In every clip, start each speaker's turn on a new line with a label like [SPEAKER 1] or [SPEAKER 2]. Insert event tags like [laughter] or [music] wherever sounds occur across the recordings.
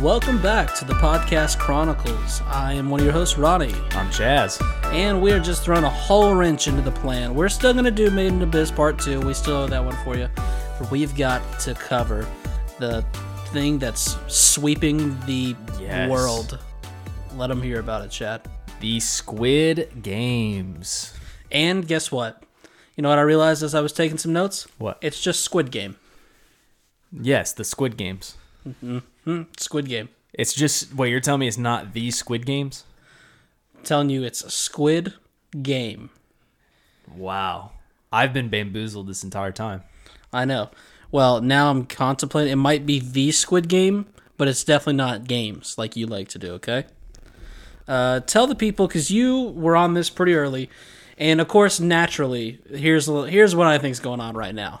[SPEAKER 1] Welcome back to the Podcast Chronicles. I am one of your hosts, Ronnie,
[SPEAKER 2] I'm Chaz.
[SPEAKER 1] and we are just throwing a whole wrench into the plan. We're still going to do Maiden Abyss Part 2. We still have that one for you. But we've got to cover the thing that's sweeping the
[SPEAKER 2] Yes.
[SPEAKER 1] world. Let them hear about it, chat.
[SPEAKER 2] The Squid Games.
[SPEAKER 1] And guess what? You know what I realized as I was taking some notes?
[SPEAKER 2] What?
[SPEAKER 1] It's just Squid Game.
[SPEAKER 2] Yes, the Squid Games.
[SPEAKER 1] Squid Game.
[SPEAKER 2] It's just what you're telling me is not the Squid Games.
[SPEAKER 1] telling you it's Squid Game.
[SPEAKER 2] Wow, I've been bamboozled this entire time.
[SPEAKER 1] I know. Well, now I'm contemplating. It might be the Squid Game, but it's definitely not games like you like to do. Okay. Uh, tell the people because you were on this pretty early, and of course, naturally, here's a little- here's what I think's going on right now.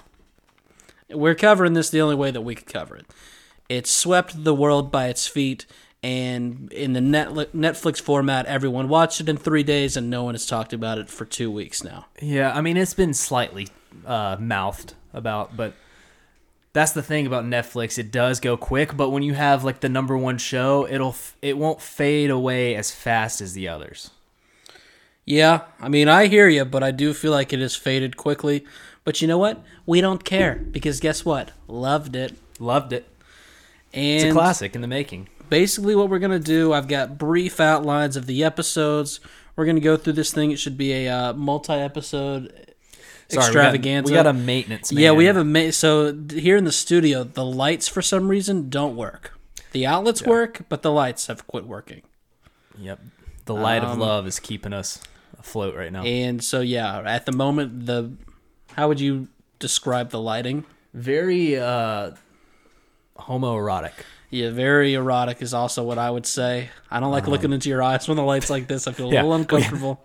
[SPEAKER 1] We're covering this the only way that we could cover it. It swept the world by its feet, and in the Netli- Netflix format, everyone watched it in three days, and no one has talked about it for two weeks now.
[SPEAKER 2] Yeah, I mean it's been slightly uh, mouthed about, but that's the thing about Netflix. It does go quick, but when you have like the number one show, it'll f- it won't fade away as fast as the others.
[SPEAKER 1] Yeah, I mean, I hear you, but I do feel like it has faded quickly. But you know what? We don't care because guess what? Loved it.
[SPEAKER 2] Loved it.
[SPEAKER 1] And
[SPEAKER 2] It's a classic in the making.
[SPEAKER 1] basically, what we're gonna do, I've got brief outlines of the episodes. We're gonna go through this thing. It should be a uh, multi-episode
[SPEAKER 2] Sorry, we got-
[SPEAKER 1] extravaganza.
[SPEAKER 2] We got, a maintenance. Man.
[SPEAKER 1] yeah, we have a ma- so d- here in the studio, the lights for some reason don't work. The outlets work, but the lights have quit working.
[SPEAKER 2] Yep. The light of love is keeping us afloat right now.
[SPEAKER 1] And so yeah, at the moment, the how would you describe the lighting?
[SPEAKER 2] Very uh homoerotic.
[SPEAKER 1] Yeah, very erotic is also what I would say. I don't like looking into your eyes when the light's like this. I feel a
[SPEAKER 2] Um, [laughs] Yeah.
[SPEAKER 1] little uncomfortable.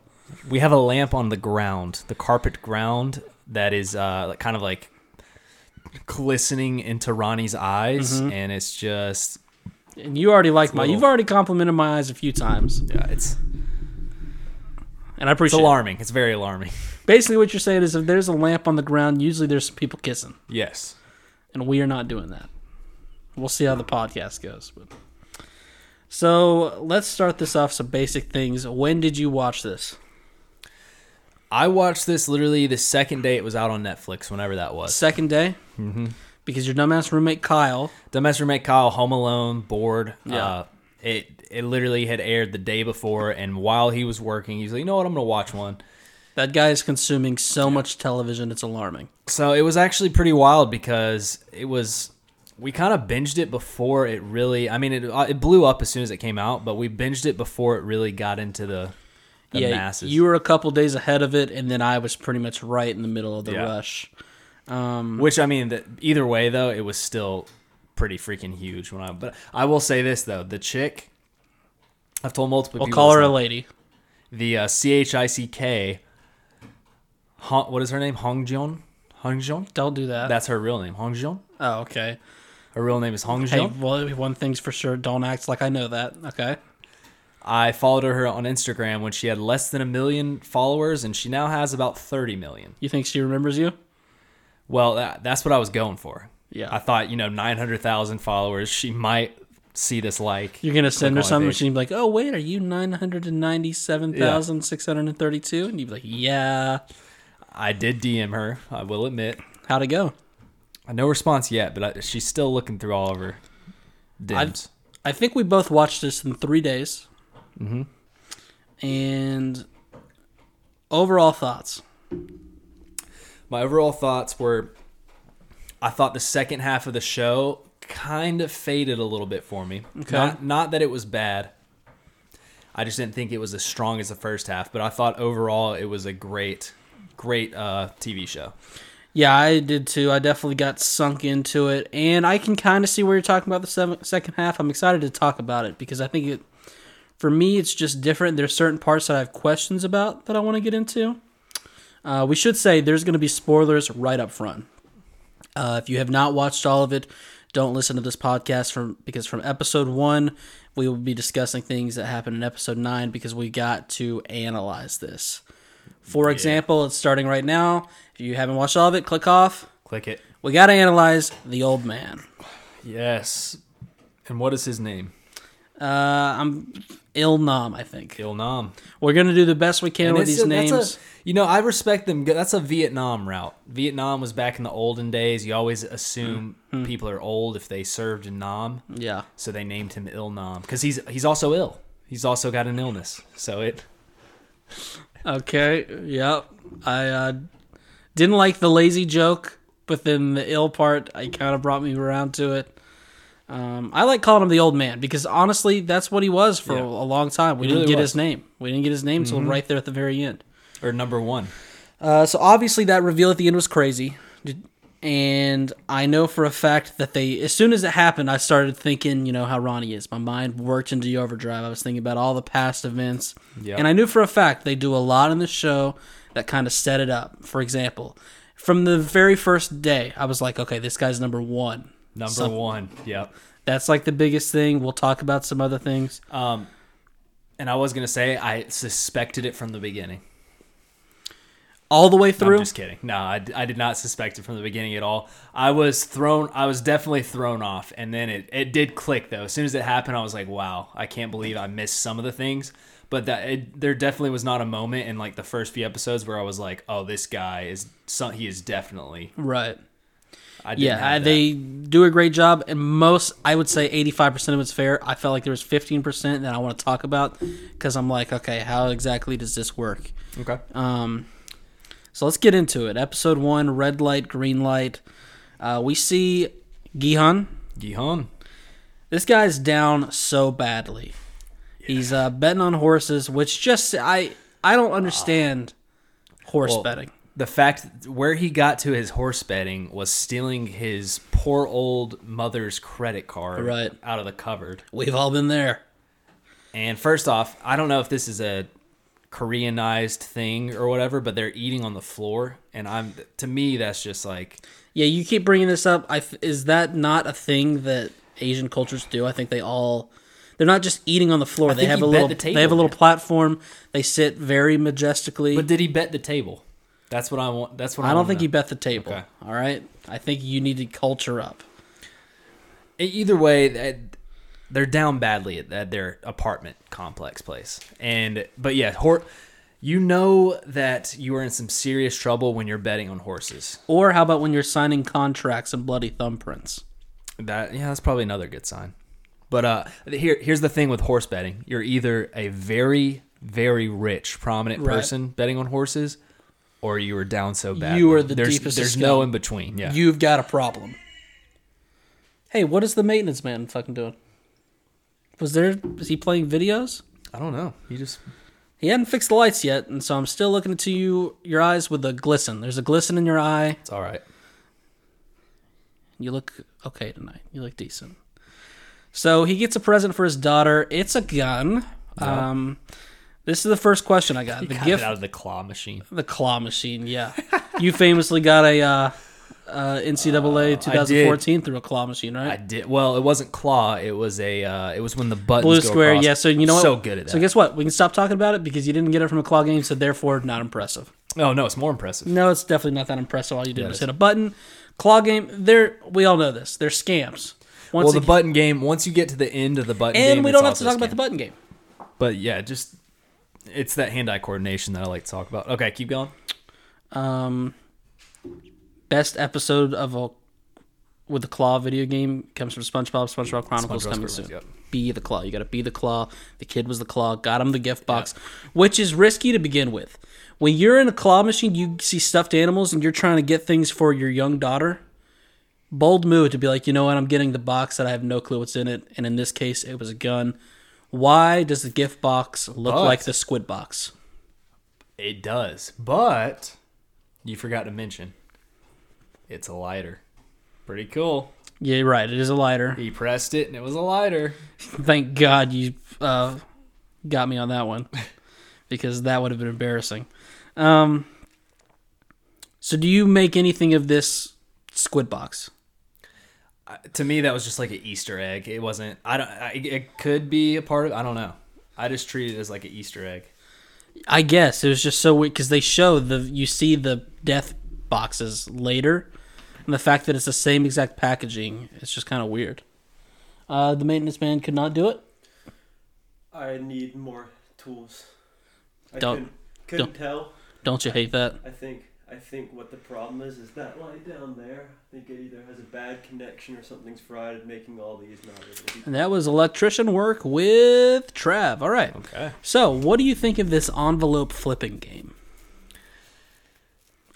[SPEAKER 2] We have a lamp on the ground, the carpet ground that is uh like- kind of like glistening into Ronnie's eyes and it's just
[SPEAKER 1] And you already like my.
[SPEAKER 2] little-
[SPEAKER 1] You've already complimented my eyes a few times,
[SPEAKER 2] yeah, it's
[SPEAKER 1] and I
[SPEAKER 2] it's
[SPEAKER 1] appreciate. it.
[SPEAKER 2] alarming. It's very alarming.
[SPEAKER 1] Basically, what you're saying is, if there's a lamp on the ground, usually there's some people kissing,
[SPEAKER 2] [laughs] Yes.
[SPEAKER 1] and we are not doing that. We'll see how the podcast goes. But so let's start this off. Some basic things. When did you watch this?
[SPEAKER 2] I watched this literally the second day it was out on Netflix, whenever that was.
[SPEAKER 1] Second day. Mm-hmm. Because your dumbass roommate Kyle.
[SPEAKER 2] Dumbass roommate Kyle, home alone, bored.
[SPEAKER 1] Yeah.
[SPEAKER 2] Uh, it it literally had aired the day before, and while he was working, he's like, you know what, I'm gonna watch one.
[SPEAKER 1] That guy is consuming so much television. It's alarming.
[SPEAKER 2] So it was actually pretty wild because it was we kind of binged it before it really. I mean, it uh, it blew up as soon as it came out, but we binged it before it really got into the, the masses.
[SPEAKER 1] You were a couple days ahead of it, and then I was pretty much right in the middle of the
[SPEAKER 2] Yeah.
[SPEAKER 1] rush.
[SPEAKER 2] Mm-hmm. Which I mean, the, either way though, it was still pretty freaking huge when I. But I will say this though, the chick. I've told multiple
[SPEAKER 1] We'll
[SPEAKER 2] people.
[SPEAKER 1] call
[SPEAKER 2] this
[SPEAKER 1] her a
[SPEAKER 2] now.
[SPEAKER 1] lady.
[SPEAKER 2] the uh, C H I C K. Hong, what is her name? Hong Jion. Hong Jion.
[SPEAKER 1] Don't do that.
[SPEAKER 2] That's her real name. Hong Jion.
[SPEAKER 1] oh, okay.
[SPEAKER 2] Her real name is Hong
[SPEAKER 1] Hey,
[SPEAKER 2] Jion.
[SPEAKER 1] well, one thing's for sure. Don't act like I know that. Okay.
[SPEAKER 2] I followed her on Instagram when she had less than a million followers, and she now has about 30 million.
[SPEAKER 1] You think she remembers you?
[SPEAKER 2] Well, that, that's what I was going for.
[SPEAKER 1] Yeah.
[SPEAKER 2] I thought, you know, 900,000 followers, she might see this like.
[SPEAKER 1] You're gonna send her
[SPEAKER 2] Click on
[SPEAKER 1] something, and
[SPEAKER 2] page.
[SPEAKER 1] she'd be like, "Oh, wait, are you nine hundred and ninety-seven thousand six hundred and thirty-two? And you'd be like, "Yeah."
[SPEAKER 2] I did DM her, I will admit.
[SPEAKER 1] How'd it go?
[SPEAKER 2] Uh, No response yet, but I, she's still looking through all of her DMs.
[SPEAKER 1] I think we both watched this in three days. Mm-hmm. And overall thoughts.
[SPEAKER 2] My overall thoughts were I thought the second half of the show kind of faded a little bit for me.
[SPEAKER 1] Okay.
[SPEAKER 2] Not, not that it was bad. I just didn't think it was as strong as the first half, but I thought overall it was a great, great uh, TV show.
[SPEAKER 1] Yeah, I did too. I definitely got sunk into it, and I can kind of see where you're talking about the seven, second half. I'm excited to talk about it because I think it, for me, it's just different. There's certain parts that I have questions about that I want to get into. Uh, we should say there's going to be spoilers right up front. Uh, if you have not watched all of it, don't listen to this podcast from because from episode one we will be discussing things that happened in episode nine because we got to analyze this. For example, it's starting right now. If you haven't watched all of it, click off.
[SPEAKER 2] Click it.
[SPEAKER 1] We got to analyze the old man.
[SPEAKER 2] Yes. And what is his name?
[SPEAKER 1] Uh, I'm Il Nam, I think.
[SPEAKER 2] Il Nam.
[SPEAKER 1] We're gonna do the best we can
[SPEAKER 2] And
[SPEAKER 1] with
[SPEAKER 2] it's
[SPEAKER 1] these
[SPEAKER 2] a- that's a-
[SPEAKER 1] names.
[SPEAKER 2] you know, I respect them. That's a Vietnam route. Vietnam was back in the olden days. You always assume
[SPEAKER 1] Hmm.
[SPEAKER 2] people are old if they served in Nam,
[SPEAKER 1] yeah,
[SPEAKER 2] so they named him Il Nam because he's he's also ill. He's also got an illness, so it.
[SPEAKER 1] Okay. Yep. I uh, didn't like the lazy joke, but then the ill part, I kind of brought me around to it. Um, I like calling him the old man because honestly, that's what he was for
[SPEAKER 2] Yeah.
[SPEAKER 1] a long time. We
[SPEAKER 2] He
[SPEAKER 1] didn't
[SPEAKER 2] really
[SPEAKER 1] get
[SPEAKER 2] was. Mm-hmm.
[SPEAKER 1] his name. We didn't get his name until right there at the very end.
[SPEAKER 2] Or number one.
[SPEAKER 1] Uh, so obviously that reveal at the end was crazy, Did- and I know for a fact that they, as soon as it happened, I started thinking, you know, how Ronnie is. My mind worked into overdrive. I was thinking about all the past events,
[SPEAKER 2] Yeah.
[SPEAKER 1] and I knew for a fact they do a lot in the show that kind of set it up. For example, from the very first day, I was like, okay, this guy's number one.
[SPEAKER 2] Number
[SPEAKER 1] Some-
[SPEAKER 2] one. Yep.
[SPEAKER 1] That's like the biggest thing. We'll talk about some other things.
[SPEAKER 2] Uh, And I was gonna say I suspected it from the beginning.
[SPEAKER 1] All the way
[SPEAKER 2] I'm
[SPEAKER 1] through,
[SPEAKER 2] just kidding. No, I, I did not suspect it from the beginning at all. I was thrown. I was definitely thrown off, and then it it did click though. As soon as it happened, I was like, wow, I can't believe I missed some of the things. But that it, there definitely was not a moment in like the first few episodes where I was like, oh, this guy is some. He is definitely.
[SPEAKER 1] right?
[SPEAKER 2] I didn't
[SPEAKER 1] Yeah, I-
[SPEAKER 2] have that.
[SPEAKER 1] they do a great job, and most I would say eighty-five percent of it's fair. I felt like there was fifteen percent that I want to talk about because I'm like, okay, how exactly does this work?
[SPEAKER 2] okay.
[SPEAKER 1] Um, so let's get into it. Episode one: red light, green light. Uh, we see Gihon.
[SPEAKER 2] Gihon.
[SPEAKER 1] This guy's down so badly. He's uh, betting on horses, which just I I don't understand horse
[SPEAKER 2] Well,
[SPEAKER 1] betting.
[SPEAKER 2] The fact where he got to his horse betting was stealing his poor old mother's credit card
[SPEAKER 1] Right.
[SPEAKER 2] out of the cupboard.
[SPEAKER 1] We've all been there.
[SPEAKER 2] And first off, I don't know if this is a Koreanized thing or whatever, but they're eating on the floor, and I'm to me that's just like
[SPEAKER 1] Yeah, you keep bringing this up. I f is that not a thing that Asian cultures do? I think they all they're not just eating on the floor. They
[SPEAKER 2] think
[SPEAKER 1] have a
[SPEAKER 2] you bet
[SPEAKER 1] little
[SPEAKER 2] the table,
[SPEAKER 1] they have a little
[SPEAKER 2] man.
[SPEAKER 1] platform. They sit very majestically.
[SPEAKER 2] But did he bet the table? That's what I want. That's what I,
[SPEAKER 1] I don't
[SPEAKER 2] wanna
[SPEAKER 1] think he
[SPEAKER 2] know.
[SPEAKER 1] bet the table.
[SPEAKER 2] Okay.
[SPEAKER 1] All right? I think you need to culture up.
[SPEAKER 2] E- Either way, that- they're down badly at, at their apartment complex place, and but yeah, hor- you know that you are in some serious trouble when you're betting on horses.
[SPEAKER 1] Or how about when you're signing contracts and bloody thumbprints?
[SPEAKER 2] That yeah, that's probably another good sign. But uh, here here's the thing with horse betting: you're either a very very rich prominent
[SPEAKER 1] Right.
[SPEAKER 2] person betting on horses, or you are down so bad.
[SPEAKER 1] You are the
[SPEAKER 2] there's,
[SPEAKER 1] deepest
[SPEAKER 2] There's
[SPEAKER 1] scum.
[SPEAKER 2] no in between. Yeah,
[SPEAKER 1] You've got a problem. Hey, what is the maintenance man fucking doing? Was there is he playing videos?
[SPEAKER 2] I don't know. You just
[SPEAKER 1] He hadn't fixed the lights yet, and so I'm still looking into you, your eyes with a glisten. There's a glisten in your eye.
[SPEAKER 2] it's all right.
[SPEAKER 1] You look okay tonight. You look decent. So he gets a present for his daughter. It's a gun. Um, this is the first question I got. The
[SPEAKER 2] Got
[SPEAKER 1] gift,
[SPEAKER 2] it out of the claw machine.
[SPEAKER 1] the claw machine. Yeah, you famously got a uh, uh, NCAA 2014 through a claw machine,
[SPEAKER 2] I
[SPEAKER 1] right?
[SPEAKER 2] did well. It wasn't claw. It was a. Uh, it was when the buttons
[SPEAKER 1] Blue
[SPEAKER 2] go
[SPEAKER 1] square.
[SPEAKER 2] across.
[SPEAKER 1] Yeah. So you know what?
[SPEAKER 2] So good at that.
[SPEAKER 1] So guess what? We can stop talking about it because you didn't get it from a claw game, so therefore not impressive.
[SPEAKER 2] oh no, it's more impressive.
[SPEAKER 1] No, it's definitely not that impressive. All you did was
[SPEAKER 2] it's-
[SPEAKER 1] hit a button. Claw game, they're we all know this. They're scams. Once
[SPEAKER 2] well, the
[SPEAKER 1] again-
[SPEAKER 2] button game. Once you get to the end of the button game,
[SPEAKER 1] and we
[SPEAKER 2] it's
[SPEAKER 1] don't have to
[SPEAKER 2] also
[SPEAKER 1] talk
[SPEAKER 2] a
[SPEAKER 1] about
[SPEAKER 2] scam.
[SPEAKER 1] the button game.
[SPEAKER 2] But yeah, just it's that hand-eye coordination that I like to talk about. Okay, keep going.
[SPEAKER 1] Um, best episode of a with the claw video game comes from SpongeBob. SpongeBob Chronicles
[SPEAKER 2] SpongeBob's
[SPEAKER 1] coming
[SPEAKER 2] Chronicles,
[SPEAKER 1] soon.
[SPEAKER 2] yep.
[SPEAKER 1] Be the claw. You got to be the claw. The kid was the claw. Got him the gift box, which is risky to begin with. When you're in a claw machine, you see stuffed animals, and you're trying to get things for your young daughter. Bold move to be like, you know what? I'm getting the box that I have no clue what's in it, and in this case, it was a gun. Why does the gift box look
[SPEAKER 2] But-
[SPEAKER 1] like the squid box?
[SPEAKER 2] It does, but you forgot to mention it's a lighter. Pretty cool.
[SPEAKER 1] Yeah, you're right. It is a lighter.
[SPEAKER 2] He pressed it and it was a lighter.
[SPEAKER 1] Thank God you uh, got me on that one [laughs] because that would have been embarrassing. Um, so, do you make anything of this squid box?
[SPEAKER 2] Uh, To me, that was just like an Easter egg. It wasn't. I don't. I, it could be a part of. I don't know. I just treat it as like an Easter egg.
[SPEAKER 1] I guess it was just so weird because they show the you see the death boxes later, and the fact that it's the same exact packaging it's just kind of weird. Uh, the maintenance man could not do it.
[SPEAKER 3] I need more tools. I
[SPEAKER 1] Don't-
[SPEAKER 3] couldn't, couldn't tell.
[SPEAKER 1] Don't you hate that?
[SPEAKER 3] I think I think what the problem is is that light down there. I think it either has a bad connection or something's fried and making all these not able to
[SPEAKER 1] And that was electrician work with Trav. All right.
[SPEAKER 2] Okay.
[SPEAKER 1] So, what do you think of this envelope flipping game?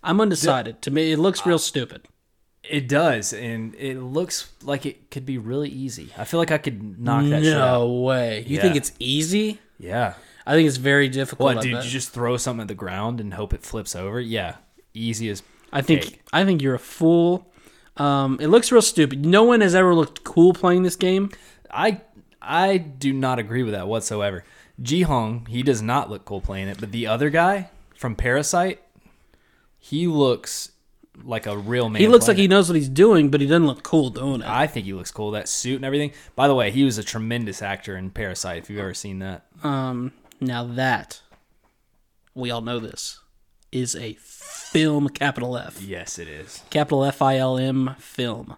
[SPEAKER 1] I'm undecided. to me, it looks
[SPEAKER 2] Uh,
[SPEAKER 1] real stupid.
[SPEAKER 2] It does, and it looks like it could be really easy. I feel like I could knock that shit out.
[SPEAKER 1] no way. You think
[SPEAKER 2] Yeah.
[SPEAKER 1] it's easy?
[SPEAKER 2] Yeah.
[SPEAKER 1] I think it's very difficult.
[SPEAKER 2] What,
[SPEAKER 1] I
[SPEAKER 2] dude?
[SPEAKER 1] bet.
[SPEAKER 2] You just throw something at the ground and hope it flips over? Yeah. Easy as.
[SPEAKER 1] I think
[SPEAKER 2] cake.
[SPEAKER 1] I think you're a fool. Um, it looks real stupid. No one has ever looked cool playing this game.
[SPEAKER 2] I I do not agree with that whatsoever. Ji Hong, he does not look cool playing it, but the other guy from Parasite, he looks like a real man.
[SPEAKER 1] He looks like
[SPEAKER 2] playing
[SPEAKER 1] he knows what he's doing, but he doesn't look cool doing it.
[SPEAKER 2] it. I think he looks cool. That suit and everything. By the way, he was a tremendous actor in Parasite. If you've ever seen that,
[SPEAKER 1] Um, now that we all know this is a film, capital F,
[SPEAKER 2] yes, it is.
[SPEAKER 1] capital F I L M film.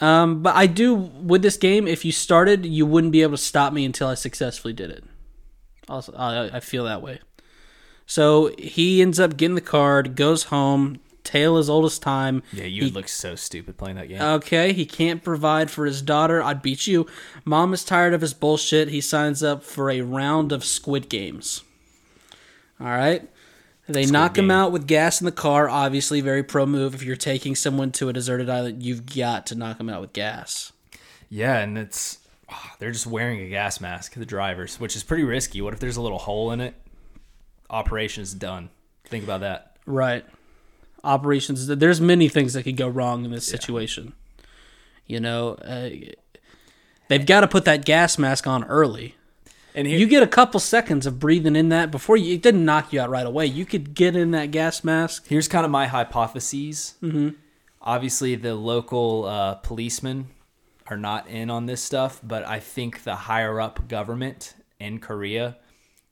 [SPEAKER 1] Um, but I do with this game. If you started, you wouldn't be able to stop me until I successfully did it. Also, I, I feel that way. So he ends up getting the card, goes home. Tale as old as time.
[SPEAKER 2] Yeah, you would look so stupid playing that game.
[SPEAKER 1] Okay, he can't provide for his daughter. I'd beat you. Mom is tired of his bullshit. He signs up for a round of Squid Games. All right. They knock him
[SPEAKER 2] Game.
[SPEAKER 1] out with gas in the car. Obviously, very pro move. If you're taking someone to a deserted island, you've got to knock him out with gas.
[SPEAKER 2] yeah, and it's ah, they're just wearing a gas mask, the drivers, which is pretty risky. What if there's a little hole in it? Operation's done. Think about that.
[SPEAKER 1] Right. Operations. There's many things that could go wrong in this situation. You know, uh, they've got to put that gas mask on early.
[SPEAKER 2] And
[SPEAKER 1] You get a couple seconds of breathing in that before you. It didn't knock you out right away. You could get in that gas mask.
[SPEAKER 2] Here's kind of my hypotheses. Mm-hmm. Obviously, the local uh, policemen are not in on this stuff, but I think the higher up government in Korea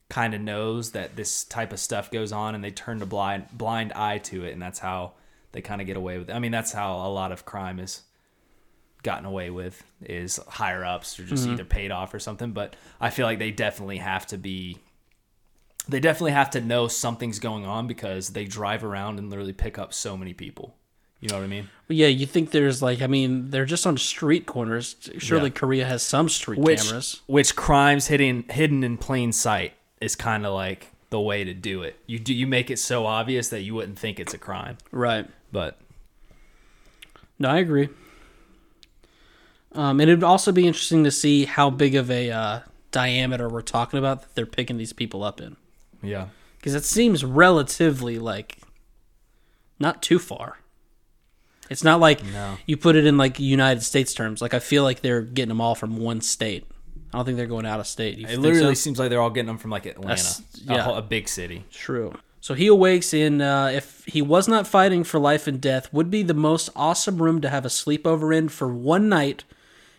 [SPEAKER 2] kind of knows that this type of stuff goes on, and they turn a blind blind eye to it, and that's how they kind of get away with. It. I mean, that's how a lot of crime is gotten away with is higher ups are just either paid off or something. But I feel like they definitely have to be they definitely have to know something's going on because they drive around and literally pick up so many people. You know what I mean?
[SPEAKER 1] But yeah, you think there's like, I mean, they're just on street corners. Surely
[SPEAKER 2] Yeah.
[SPEAKER 1] Korea has some street cameras.
[SPEAKER 2] which crimes hidden hidden in plain sight is kind of like the way to do it. You do you make it so obvious that you wouldn't think it's a crime,
[SPEAKER 1] Right.
[SPEAKER 2] but
[SPEAKER 1] No, I agree. Um, and it'd also be interesting to see how big of a uh, diameter we're talking about that they're picking these people up in.
[SPEAKER 2] yeah.
[SPEAKER 1] Because it seems relatively like not too far. It's not like you put it in like United States terms. Like I feel like they're getting them all from one state. I don't think they're going out of state. You
[SPEAKER 2] It
[SPEAKER 1] think
[SPEAKER 2] literally
[SPEAKER 1] so?
[SPEAKER 2] seems like they're all getting them from like Atlanta,
[SPEAKER 1] That's-
[SPEAKER 2] a,
[SPEAKER 1] yeah.
[SPEAKER 2] whole- a big city.
[SPEAKER 1] true. So he awakes in. Uh, if he was not fighting for life and death, would be the most awesome room to have a sleepover in for one night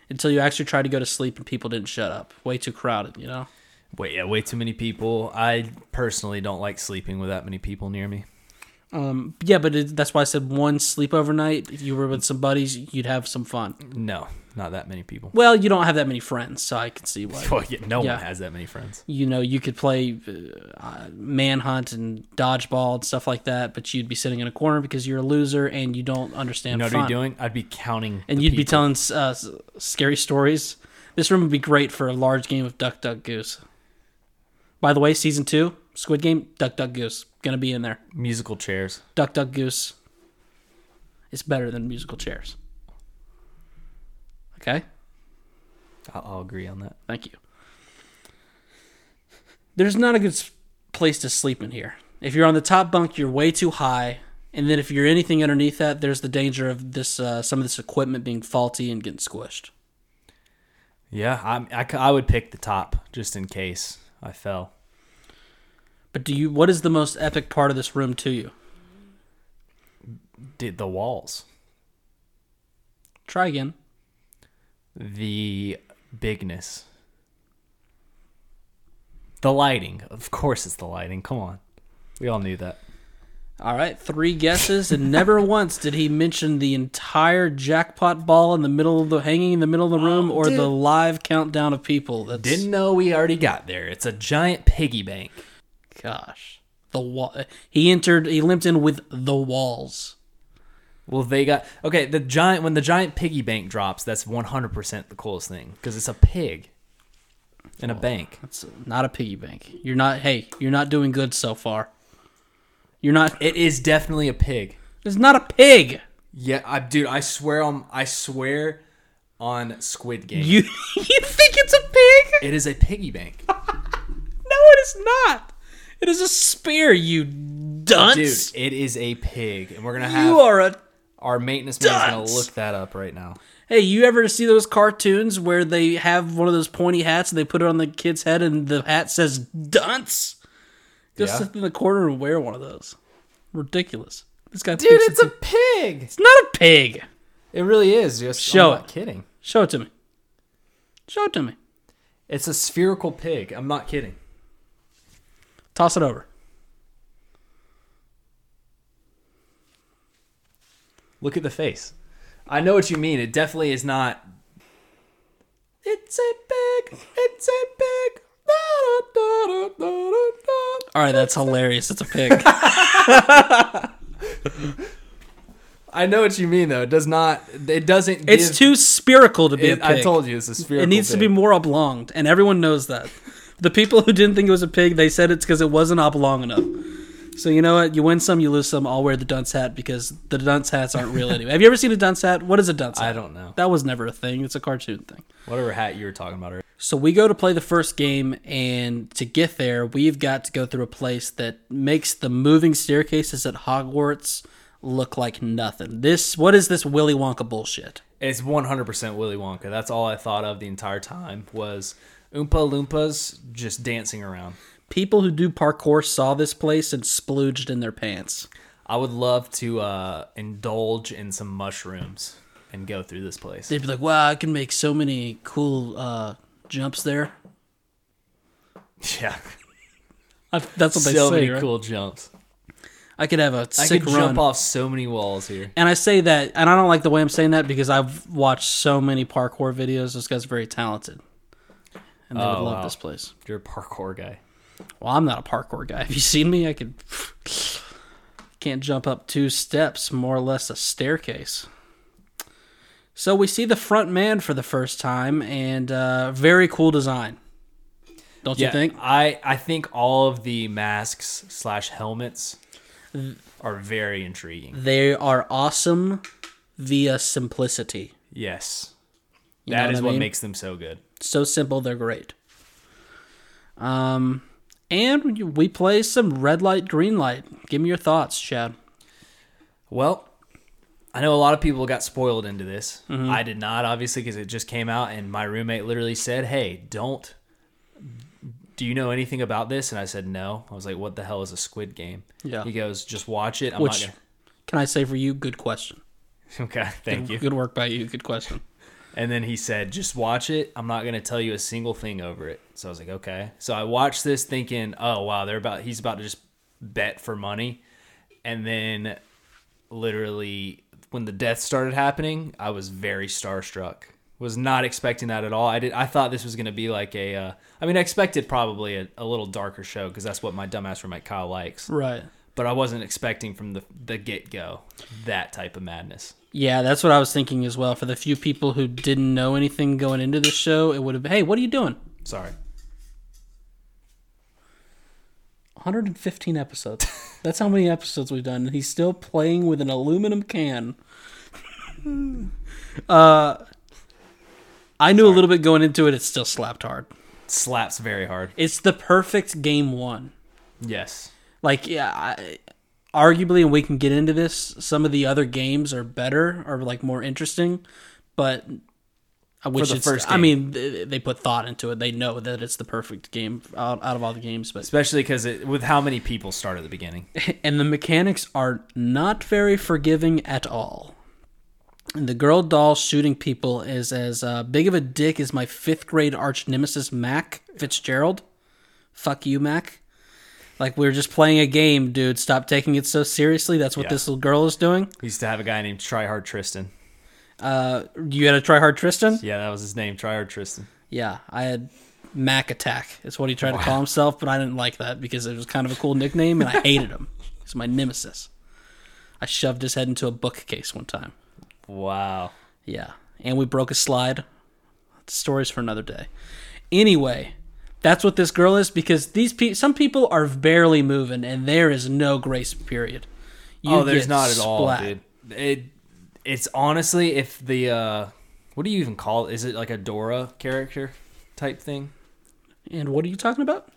[SPEAKER 1] until you actually tried to go to sleep and people didn't shut up. Way too crowded, you know.
[SPEAKER 2] Wait, yeah, way too many people. I personally don't like sleeping with that many people near me.
[SPEAKER 1] Um, yeah, but it, that's why I said one sleepover night. If you were with some buddies, you'd have some fun.
[SPEAKER 2] No, not that many people.
[SPEAKER 1] Well, you don't have that many friends, so I can see why.
[SPEAKER 2] [laughs] Well, yeah, no
[SPEAKER 1] Yeah.
[SPEAKER 2] one has that many friends.
[SPEAKER 1] you know, you could play uh, uh, manhunt and dodgeball and stuff like that, but you'd be sitting in a corner because you're a loser and you don't
[SPEAKER 2] You
[SPEAKER 1] understand
[SPEAKER 2] know what
[SPEAKER 1] fun.
[SPEAKER 2] I'd be doing? I'd be counting.
[SPEAKER 1] and
[SPEAKER 2] the
[SPEAKER 1] you'd be
[SPEAKER 2] people.
[SPEAKER 1] telling s- uh, s- scary stories. This room would be great for a large game of Duck Duck Goose. By the way, season two, Squid Game, Duck Duck Goose, gonna be in there.
[SPEAKER 2] musical chairs.
[SPEAKER 1] Duck Duck Goose. It's better than musical chairs. Okay.
[SPEAKER 2] I'll, I'll agree on that.
[SPEAKER 1] Thank you. There's not a good s- place to sleep in here. If you're on the top bunk, you're way too high, and then if you're anything underneath that, there's the danger of this uh, some of this equipment being faulty and getting squished.
[SPEAKER 2] Yeah, I'm, I, c- I would pick the top just in case I fell.
[SPEAKER 1] But do you? What is the most epic part of this room to you?
[SPEAKER 2] Did the walls,
[SPEAKER 1] Try again.
[SPEAKER 2] the bigness, the lighting. Of course, it's the lighting. Come on, we all knew that.
[SPEAKER 1] All right, three guesses, and
[SPEAKER 2] [laughs]
[SPEAKER 1] never once did he mention the entire jackpot ball in the middle of the hanging in the middle of the room or
[SPEAKER 2] Oh, dude.
[SPEAKER 1] the live countdown of people. That's
[SPEAKER 2] Didn't know we already got there. It's a giant piggy bank.
[SPEAKER 1] gosh the wall. He entered. He limped in with the walls.
[SPEAKER 2] Well, they got okay. The giant when the giant piggy bank drops, that's one hundred percent the coolest thing because it's a pig in a bank.
[SPEAKER 1] That's not a piggy bank. You're not. Hey, you're not doing good so far. You're not.
[SPEAKER 2] It is definitely a pig.
[SPEAKER 1] It's not a pig. [laughs]
[SPEAKER 2] Yeah, I, dude, I swear on I swear on Squid Game.
[SPEAKER 1] You you think it's a pig?
[SPEAKER 2] it is a piggy bank,
[SPEAKER 1] No, it is not. It is a spear. You
[SPEAKER 2] dude.
[SPEAKER 1] dunce.
[SPEAKER 2] It is a pig, and we're gonna have
[SPEAKER 1] you are a
[SPEAKER 2] our maintenance man's gonna
[SPEAKER 1] Dunce.
[SPEAKER 2] look that up right now.
[SPEAKER 1] Hey, you ever see those cartoons where they have one of those pointy hats and they put it on the kid's head and the hat says dunce? Just
[SPEAKER 2] Yeah.
[SPEAKER 1] sit in the corner and wear one of those. Ridiculous. This guy
[SPEAKER 2] Dude,
[SPEAKER 1] thinks
[SPEAKER 2] it's a pig.
[SPEAKER 1] it's not a pig.
[SPEAKER 2] It really is. Just
[SPEAKER 1] Show
[SPEAKER 2] I'm not
[SPEAKER 1] it.
[SPEAKER 2] kidding.
[SPEAKER 1] Show it to me. Show it to me.
[SPEAKER 2] It's a spherical pig. I'm not kidding.
[SPEAKER 1] Toss it over.
[SPEAKER 2] Look at the face. I know what you mean. It definitely is not. It's a big. It's a big.
[SPEAKER 1] All right, that's hilarious. [laughs] It's a pig.
[SPEAKER 2] I know what you mean, though. It does not. It doesn't.
[SPEAKER 1] It's
[SPEAKER 2] give-
[SPEAKER 1] too spherical to be a
[SPEAKER 2] It,
[SPEAKER 1] pig.
[SPEAKER 2] I told you, it's a spherical.
[SPEAKER 1] it needs to be
[SPEAKER 2] pig.
[SPEAKER 1] more oblong, and everyone knows that. [laughs] The people who didn't think it was a pig, they said it's because it wasn't oblong enough. So you know what? You win some, you lose some. I'll wear the dunce hat because the dunce hats aren't real anyway. Have you ever seen a dunce hat? What is a dunce hat?
[SPEAKER 2] I don't know.
[SPEAKER 1] That was never a thing. It's a cartoon thing.
[SPEAKER 2] Whatever hat you were talking about. earlier.
[SPEAKER 1] So we go to play the first game, and to get there, we've got to go through a place that makes the moving staircases at Hogwarts look like nothing. This what is this Willy Wonka bullshit?
[SPEAKER 2] It's 100% Willy Wonka. That's all I thought of the entire time was Oompa Loompas just dancing around.
[SPEAKER 1] People who do parkour saw this place and splooged in their pants.
[SPEAKER 2] I would love to uh, indulge in some mushrooms and go through this place.
[SPEAKER 1] They'd be like, "Wow, I can make so many cool uh, jumps there."
[SPEAKER 2] [laughs] Yeah.
[SPEAKER 1] I, that's what they
[SPEAKER 2] so
[SPEAKER 1] say.
[SPEAKER 2] many
[SPEAKER 1] Right?
[SPEAKER 2] cool jumps.
[SPEAKER 1] I could have a
[SPEAKER 2] I
[SPEAKER 1] sick
[SPEAKER 2] could
[SPEAKER 1] run,
[SPEAKER 2] jump off so many walls here.
[SPEAKER 1] and I say that, and I don't like the way I'm saying that because I've watched so many parkour videos. This guy's very talented, and they would
[SPEAKER 2] Oh,
[SPEAKER 1] love
[SPEAKER 2] wow.
[SPEAKER 1] this place.
[SPEAKER 2] You're a parkour guy.
[SPEAKER 1] Well, I'm not a parkour guy. [laughs] Have you seen me? I could [sighs] can't jump up two steps, more or less a staircase. So we see the front man for the first time, and uh, very cool design. Don't you think?
[SPEAKER 2] I, I think all of the masks slash helmets are very intriguing.
[SPEAKER 1] They are awesome via simplicity.
[SPEAKER 2] Yes.
[SPEAKER 1] You know
[SPEAKER 2] that is
[SPEAKER 1] I
[SPEAKER 2] what
[SPEAKER 1] mean?
[SPEAKER 2] makes them so good.
[SPEAKER 1] so simple they're great. Um, and we play some red light, green light. Give me your thoughts, Chad.
[SPEAKER 2] Well, I know a lot of people got spoiled into this. I did not, obviously, because it just came out, and my roommate literally said, "Hey, don't. Do you know anything about this?" And I said, "No." I was like, "What the hell is a Squid Game?"
[SPEAKER 1] Yeah.
[SPEAKER 2] He goes, "Just watch it." I'm
[SPEAKER 1] Which
[SPEAKER 2] not
[SPEAKER 1] can I say for you? Good question.
[SPEAKER 2] gonna. [laughs] Okay, [laughs] thank you.
[SPEAKER 1] Good work by you. Good question.
[SPEAKER 2] And then he said, "Just watch it. I'm not gonna tell you a single thing over it." So I was like, "Okay." So I watched this, thinking, "Oh wow, they're about he's about to just bet for money," and then literally when the death started happening, I was very starstruck. Was not expecting that at all. I did. I thought this was gonna be like a. Uh, I mean, I expected probably a, a little darker show because that's what my dumbass roommate Kyle likes.
[SPEAKER 1] Right.
[SPEAKER 2] But I wasn't expecting from the the get go that type of madness.
[SPEAKER 1] Yeah, that's what I was thinking as well. For the few people who didn't know anything going into this show, it would have been, hey, what are you doing?
[SPEAKER 2] Sorry.
[SPEAKER 1] 115 episodes. That's how many episodes we've done. And he's still playing with an aluminum can. uh, I knew a little bit going into it. It still slapped hard.
[SPEAKER 2] Slaps very hard.
[SPEAKER 1] It's the perfect game one.
[SPEAKER 2] Yes.
[SPEAKER 1] Like, yeah, I, arguably, and we can get into this. Some of the other games are better or like more interesting, but I wish
[SPEAKER 2] the
[SPEAKER 1] it's.
[SPEAKER 2] first
[SPEAKER 1] I
[SPEAKER 2] game.
[SPEAKER 1] mean, th- they put thought into it. They know that it's the perfect game out, out of all the games, but
[SPEAKER 2] especially because with how many people start at the beginning.
[SPEAKER 1] and the mechanics are not very forgiving at all. And the girl doll shooting people is as uh, big of a dick as my fifth grade arch nemesis Mac Fitzgerald. Fuck you, Mac. Like we were just playing a game, dude. Stop taking it so seriously. That's what
[SPEAKER 2] Yeah.
[SPEAKER 1] this little girl is doing.
[SPEAKER 2] We used to have a guy named Tryhard Tristan.
[SPEAKER 1] Uh, you had a try hard Tristan.
[SPEAKER 2] Yeah, that was his name, Tryhard Tristan.
[SPEAKER 1] Yeah, I had Mac Attack. Is what he tried to call himself, but I didn't like that because it was kind of a cool nickname,
[SPEAKER 2] [laughs]
[SPEAKER 1] and I hated him. He's my nemesis. I shoved his head into a bookcase one time.
[SPEAKER 2] Wow.
[SPEAKER 1] Yeah. And we broke a slide. Stories for another day. Anyway, that's what this girl is because these pe- some people are barely moving and there is no grace period. You
[SPEAKER 2] oh, there's
[SPEAKER 1] get
[SPEAKER 2] not at all,
[SPEAKER 1] splat.
[SPEAKER 2] dude. It it's honestly if the uh what do you even call it? Is it like a Dora character type thing?
[SPEAKER 1] And what are you talking about?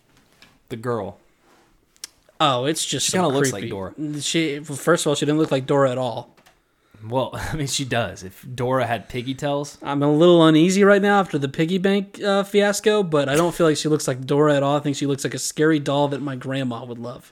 [SPEAKER 2] The girl.
[SPEAKER 1] Oh, it's just she
[SPEAKER 2] kinda looks like Dora.
[SPEAKER 1] She well, first of all, she didn't look like Dora at all.
[SPEAKER 2] Well, [laughs] I mean she does. If Dora had pigtails,
[SPEAKER 1] I'm a little uneasy right now after the piggy bank uh, fiasco, but I don't feel like she looks like Dora at all. I think she looks like a scary doll that my grandma would love.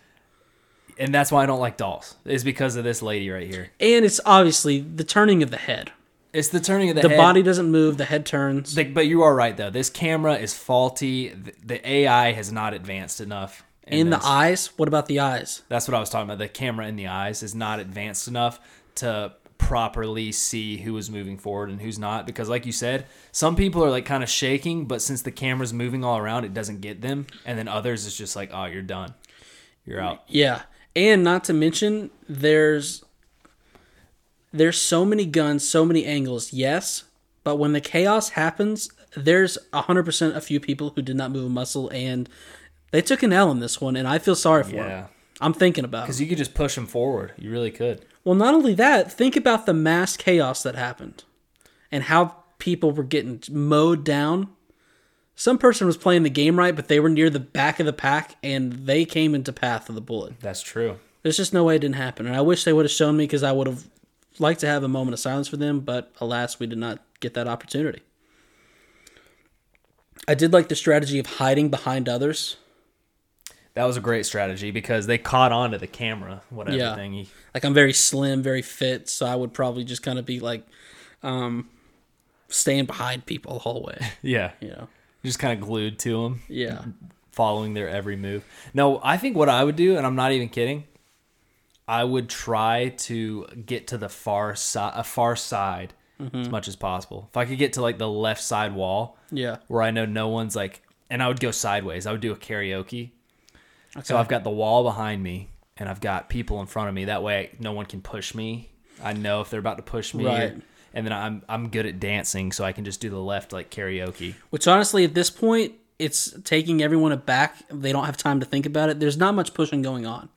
[SPEAKER 2] and that's why I don't like dolls. Is because of this lady right here.
[SPEAKER 1] And it's obviously the turning of the head.
[SPEAKER 2] It's the turning of the,
[SPEAKER 1] The
[SPEAKER 2] head.
[SPEAKER 1] body doesn't move, the head turns.
[SPEAKER 2] Like, but you are right though. This camera is faulty. The, the AI has not advanced enough.
[SPEAKER 1] in the
[SPEAKER 2] this.
[SPEAKER 1] eyes what about the eyes
[SPEAKER 2] That's what I was talking about. The camera in the eyes is not advanced enough to properly see who is moving forward and who's not. Because, like you said, some people are like kind of shaking, but since the camera's moving all around, it doesn't get them. And then others, it's just like, oh, you're done. You're out.
[SPEAKER 1] yeah and not to mention there's there's so many guns so many angles yes but when the chaos happens there's 100% a few people who did not move a muscle and they took an l in this one and i feel sorry for
[SPEAKER 2] Yeah.
[SPEAKER 1] them i'm thinking about it
[SPEAKER 2] Because you could just push them forward. You really could.
[SPEAKER 1] well not only that think about the mass chaos that happened and how people were getting mowed down some person was playing the game right but they were near the back of the pack and they came into path of the bullet
[SPEAKER 2] That's true.
[SPEAKER 1] There's just no way it didn't happen, and I wish they would have shown me because I would have liked to have a moment of silence for them. But alas, we did not get that opportunity. I did like the strategy of hiding behind others,
[SPEAKER 2] That was a great strategy because they caught on to the camera, whatever
[SPEAKER 1] Yeah.
[SPEAKER 2] thing. He,
[SPEAKER 1] like I'm very slim, very fit, so I would probably just kind of be like, um, staying behind people the whole way.
[SPEAKER 2] yeah.
[SPEAKER 1] You know?
[SPEAKER 2] Just kind of glued to him.
[SPEAKER 1] Yeah.
[SPEAKER 2] following their every move. No, I think what I would do, and I'm not even kidding, I would try to get to the far side, a far side,
[SPEAKER 1] Mm-hmm.
[SPEAKER 2] as much as possible. If I could get to like the left side wall,
[SPEAKER 1] Yeah.
[SPEAKER 2] where I know no one's like, and I would go sideways. I would do a karaoke. So
[SPEAKER 1] Okay.
[SPEAKER 2] I've got the wall behind me, and I've got people in front of me. That way, no one can push me. I know if they're about to push me.
[SPEAKER 1] Right.
[SPEAKER 2] and then I'm I'm good at dancing, so I can just do the left like karaoke.
[SPEAKER 1] Which honestly, at this point, it's taking everyone aback. They don't have time to think about it. There's not much pushing going on.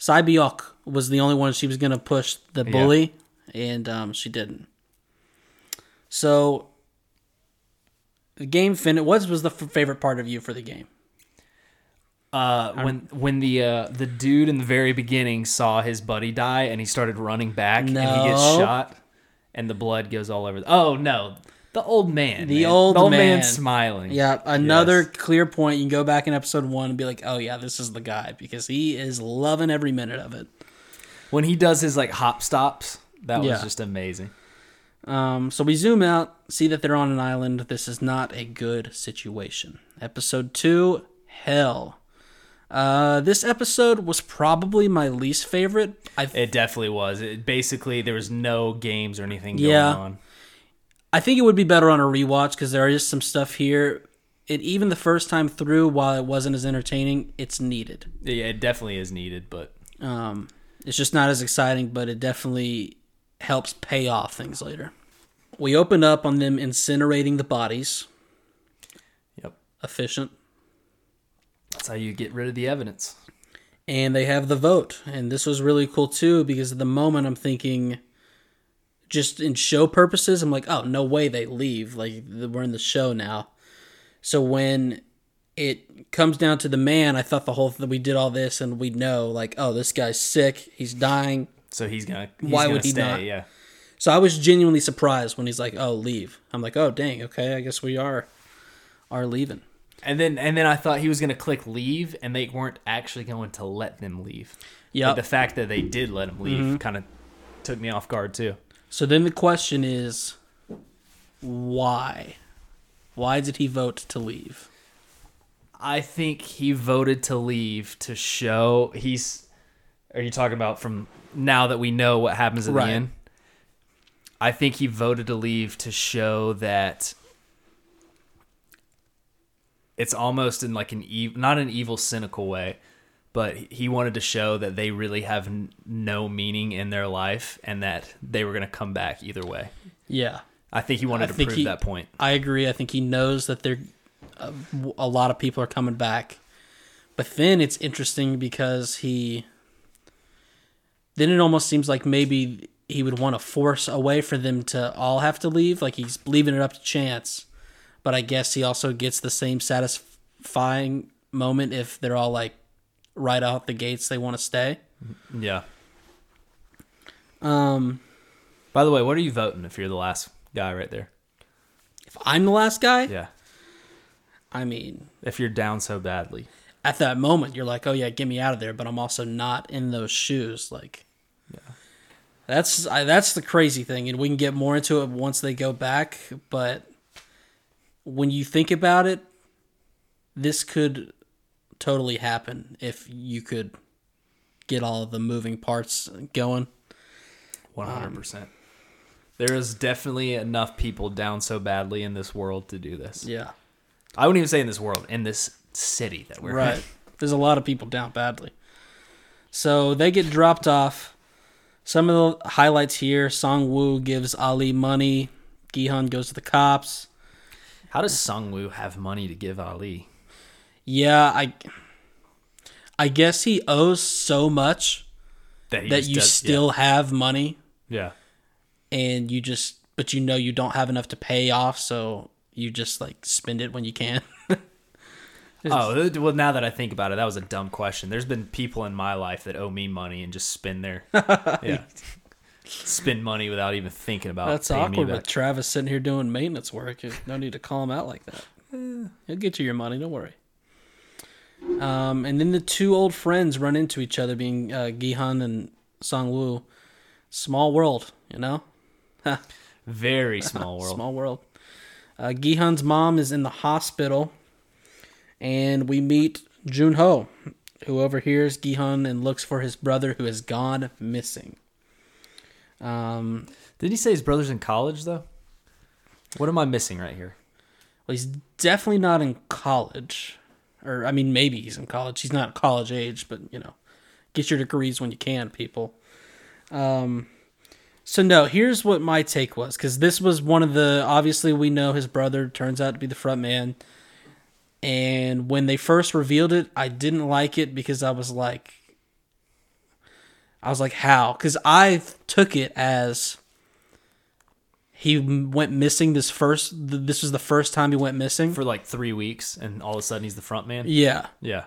[SPEAKER 1] Cybiok was the only one she was going to push the bully, and um, she didn't. So the game fin. What was the f- favorite part of you for the game?
[SPEAKER 2] Uh, when when the uh, the dude in the very beginning saw his buddy die and he started running back and he gets
[SPEAKER 1] No.
[SPEAKER 2] shot and the blood goes all over. The, oh no, the old man.
[SPEAKER 1] The
[SPEAKER 2] man.
[SPEAKER 1] old
[SPEAKER 2] the old man.
[SPEAKER 1] man.
[SPEAKER 2] smiling.
[SPEAKER 1] Yeah, another
[SPEAKER 2] Yes.
[SPEAKER 1] clear point. You can go back in episode one and be like, "Oh yeah, this is the guy," because he is loving every minute of it.
[SPEAKER 2] When he does his like hop stops, that
[SPEAKER 1] Yeah.
[SPEAKER 2] was just amazing.
[SPEAKER 1] Um, so we zoom out, see that they're on an island. This is not a good situation. Episode two, hell. Uh, this episode was probably my least favorite. I
[SPEAKER 2] It definitely was. It basically there was no games or anything
[SPEAKER 1] Yeah.
[SPEAKER 2] going on.
[SPEAKER 1] I think it would be better on a rewatch because there is some stuff here. It even the first time through, while it wasn't as entertaining, it's needed.
[SPEAKER 2] Yeah, it definitely is needed, but
[SPEAKER 1] Um, it's just not as exciting, but it definitely helps pay off things later. We opened up on them incinerating the bodies.
[SPEAKER 2] yep,
[SPEAKER 1] Efficient.
[SPEAKER 2] that's how you get rid of the evidence.
[SPEAKER 1] and they have the vote and this was really cool too because at the moment i'm thinking just in show purposes i'm like oh no way they leave like th- we're in the show now so when it comes down to the man i thought the whole that we did all this and we know like oh this guy's sick he's dying
[SPEAKER 2] So he's gonna. He's
[SPEAKER 1] Why
[SPEAKER 2] gonna
[SPEAKER 1] would he
[SPEAKER 2] stay,
[SPEAKER 1] not?
[SPEAKER 2] Yeah.
[SPEAKER 1] so i was genuinely surprised when he's like oh leave i'm like oh dang okay i guess we are are leaving
[SPEAKER 2] And then and then I thought he was gonna click leave, and they weren't actually going to let them leave.
[SPEAKER 1] Yep.
[SPEAKER 2] But the fact that they did let him leave kind of took me off guard too.
[SPEAKER 1] So then the question is why? Why did he vote to leave?
[SPEAKER 2] I think he voted to leave to show he's. Are you talking about from now that we know what happens at
[SPEAKER 1] Right.
[SPEAKER 2] the end? I think he voted to leave to show that it's almost in like an ev- not an evil cynical way, but he wanted to show that they really have n- no meaning in their life and that they were going to come back either way.
[SPEAKER 1] Yeah,
[SPEAKER 2] I think he
[SPEAKER 1] I
[SPEAKER 2] wanted to
[SPEAKER 1] think
[SPEAKER 2] prove
[SPEAKER 1] he-
[SPEAKER 2] that point.
[SPEAKER 1] I agree. I think he knows that there, uh, a lot of people are coming back, but then it's interesting because he. Then it almost seems like maybe he would want to force a way for them to all have to leave. Like he's leaving it up to chance, but I guess he also gets the same satisfying moment if they're all like right out the gates they want to stay.
[SPEAKER 2] Yeah.
[SPEAKER 1] Um,
[SPEAKER 2] By the way, what are you voting if you're the last guy right there?
[SPEAKER 1] if I'm the last guy,
[SPEAKER 2] Yeah.
[SPEAKER 1] I mean,
[SPEAKER 2] If you're down so badly.
[SPEAKER 1] at that moment you're like, oh yeah, get me out of there, but I'm also not in those shoes. Like, yeah, that's I, that's the crazy thing, and we can get more into it once they go back. But when you think about it, this could totally happen if you could get all of the moving parts going. Um,
[SPEAKER 2] 100%. there is definitely enough people down so badly in this world to do this.
[SPEAKER 1] Yeah,
[SPEAKER 2] I wouldn't even say in this world, in this city that we're in.
[SPEAKER 1] right. [laughs] There's a lot of people down badly, so they get dropped off. Some of the highlights here: Song Woo gives Ali money. Gihan goes to the cops.
[SPEAKER 2] How does Sungwoo have money to give Ali?
[SPEAKER 1] Yeah, I, I guess he owes so much
[SPEAKER 2] he
[SPEAKER 1] that
[SPEAKER 2] just
[SPEAKER 1] you
[SPEAKER 2] does-
[SPEAKER 1] still have money,
[SPEAKER 2] Yeah.
[SPEAKER 1] and you just, but you know you don't have enough to pay off, so you just like spend it when you can. [laughs]
[SPEAKER 2] yeah. Oh, th- well, now that I think about it, that was a dumb question. There's been people in my life that owe me money and just spend
[SPEAKER 1] [laughs]
[SPEAKER 2] their. yeah. Spend money without even thinking about
[SPEAKER 1] That's
[SPEAKER 2] paying me
[SPEAKER 1] awkward
[SPEAKER 2] back.
[SPEAKER 1] with Travis sitting here doing maintenance work. There's No need to call him out like that. He'll get you your money. Don't worry. Um, and then the two old friends run into each other, being uh, Gihan and Songwoo. Small world, you know.
[SPEAKER 2] Very small
[SPEAKER 1] [laughs]
[SPEAKER 2] world.
[SPEAKER 1] Small world. Uh, Gihan's mom is in the hospital, and we meet Junho, who overhears Gihan and looks for his brother who has gone missing. Um,
[SPEAKER 2] Did he say his brother's in college though? What am I missing right here?
[SPEAKER 1] well, he's definitely not in college, or I mean, maybe he's in college. He's not college age, but you know, get your degrees when you can, people. Um, so no, here's what my take was because this was one of the obviously we know his brother turns out to be the front man, and when they first revealed it, I didn't like it because I was like, I was like, how? Because I took it as he m- went missing this first. th- This was the first time he went missing.
[SPEAKER 2] For like three weeks, and all of a sudden he's the front man.
[SPEAKER 1] yeah.
[SPEAKER 2] Yeah,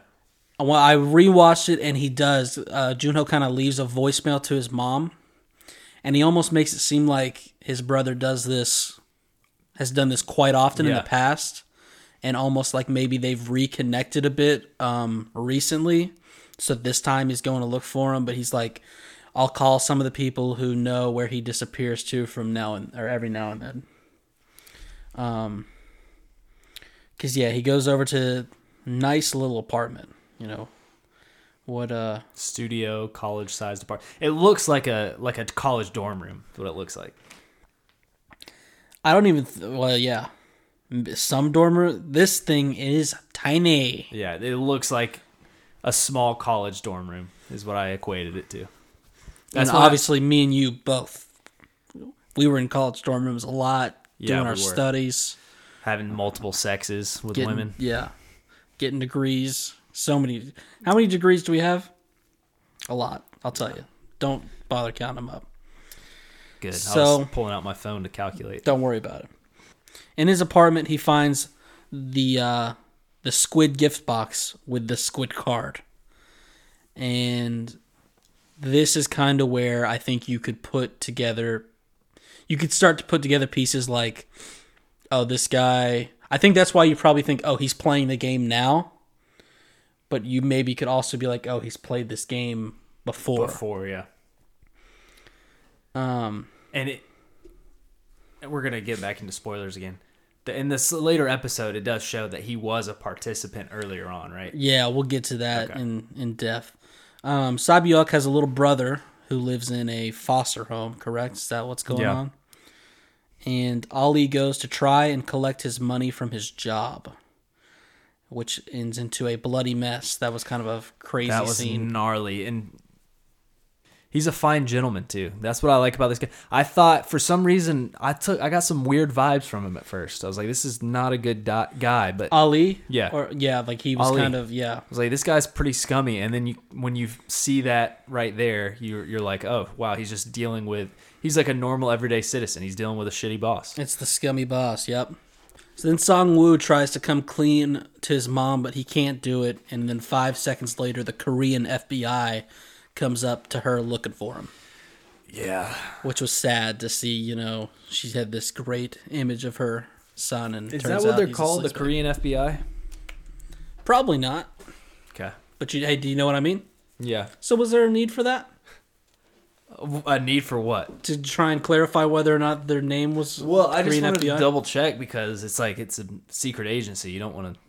[SPEAKER 1] Well, I rewatched it, and he does. Uh, Junho kind of leaves a voicemail to his mom, and he almost makes it seem like his brother does this, has done this quite often in
[SPEAKER 2] Yeah.
[SPEAKER 1] the past, and almost like maybe they've reconnected a bit um, recently. So this time he's going to look for him, but he's like, "I'll call some of the people who know where he disappears to from now and or every now and then." Um, cause yeah, he goes over to nice little apartment. You know, what? Uh,
[SPEAKER 2] studio, college-sized apartment. It looks like a like a college dorm room. Is what it looks like.
[SPEAKER 1] I don't even. Th- well, yeah, M- some dormer. This thing is tiny.
[SPEAKER 2] Yeah, it looks like a small college dorm room. Is what I equated it to. That's
[SPEAKER 1] and
[SPEAKER 2] what I-
[SPEAKER 1] obviously me and you both. We were in college dorm rooms a lot,
[SPEAKER 2] Yeah,
[SPEAKER 1] doing
[SPEAKER 2] we
[SPEAKER 1] our
[SPEAKER 2] were.
[SPEAKER 1] studies,
[SPEAKER 2] Having multiple sexes with
[SPEAKER 1] getting
[SPEAKER 2] women.
[SPEAKER 1] yeah, getting degrees. So many. How many degrees do we have? A lot. I'll tell you. Don't bother counting them up.
[SPEAKER 2] Good. I
[SPEAKER 1] so-
[SPEAKER 2] was pulling out my phone to calculate.
[SPEAKER 1] Don't worry about it. In his apartment, he finds the uh, the squid gift box with the squid card, and this is kind of where I think you could put together. You could start to put together pieces like, oh, this guy. I think that's why you probably think, oh, he's playing the game now. But you maybe could also be like, oh, he's played this game before.
[SPEAKER 2] Before, yeah.
[SPEAKER 1] Um,
[SPEAKER 2] and it and we're gonna get back into spoilers again The- In this later episode, it does show that he was a participant earlier on, right?
[SPEAKER 1] Yeah, we'll get to that
[SPEAKER 2] Okay.
[SPEAKER 1] in in depth. Um, Sabiok has a little brother who lives in a foster home. Correct? Is that what's going
[SPEAKER 2] Yeah.
[SPEAKER 1] on? And Ali goes to try and collect his money from his job, which ends into a bloody mess. That was kind of a crazy
[SPEAKER 2] That was
[SPEAKER 1] scene.
[SPEAKER 2] gnarly, and he's a fine gentleman too. That's what I like about this guy. I thought for some reason I took I got some weird vibes from him at first. I was like, this is not a good di- guy, but
[SPEAKER 1] Ali.
[SPEAKER 2] Yeah.
[SPEAKER 1] Or yeah, like he was
[SPEAKER 2] Ali.
[SPEAKER 1] kind of yeah.
[SPEAKER 2] I was like, this guy's pretty scummy. And then you, when you see that right there, you're, you're like, oh, wow, he's just dealing with, he's like a normal everyday citizen. He's dealing with a shitty boss.
[SPEAKER 1] It's the scummy boss. Yep. So then Song Woo tries to come clean to his mom, but he can't do it. And then five seconds later, the Korean FBI comes up to her looking for him,
[SPEAKER 2] Yeah.
[SPEAKER 1] which was sad to see. You know, she had this great image of her son, and turns
[SPEAKER 2] Is that what
[SPEAKER 1] out
[SPEAKER 2] they're
[SPEAKER 1] he's a
[SPEAKER 2] called? The
[SPEAKER 1] sleazebag.
[SPEAKER 2] Korean FBI?
[SPEAKER 1] Probably not.
[SPEAKER 2] Okay.
[SPEAKER 1] But you, hey, do you know what I mean?
[SPEAKER 2] Yeah.
[SPEAKER 1] So was there a need for that
[SPEAKER 2] A need for what?
[SPEAKER 1] to try and clarify whether or not their name was
[SPEAKER 2] Well, I just
[SPEAKER 1] Korean
[SPEAKER 2] wanted
[SPEAKER 1] FBI?
[SPEAKER 2] to double check because it's like, it's a secret agency. You don't want to,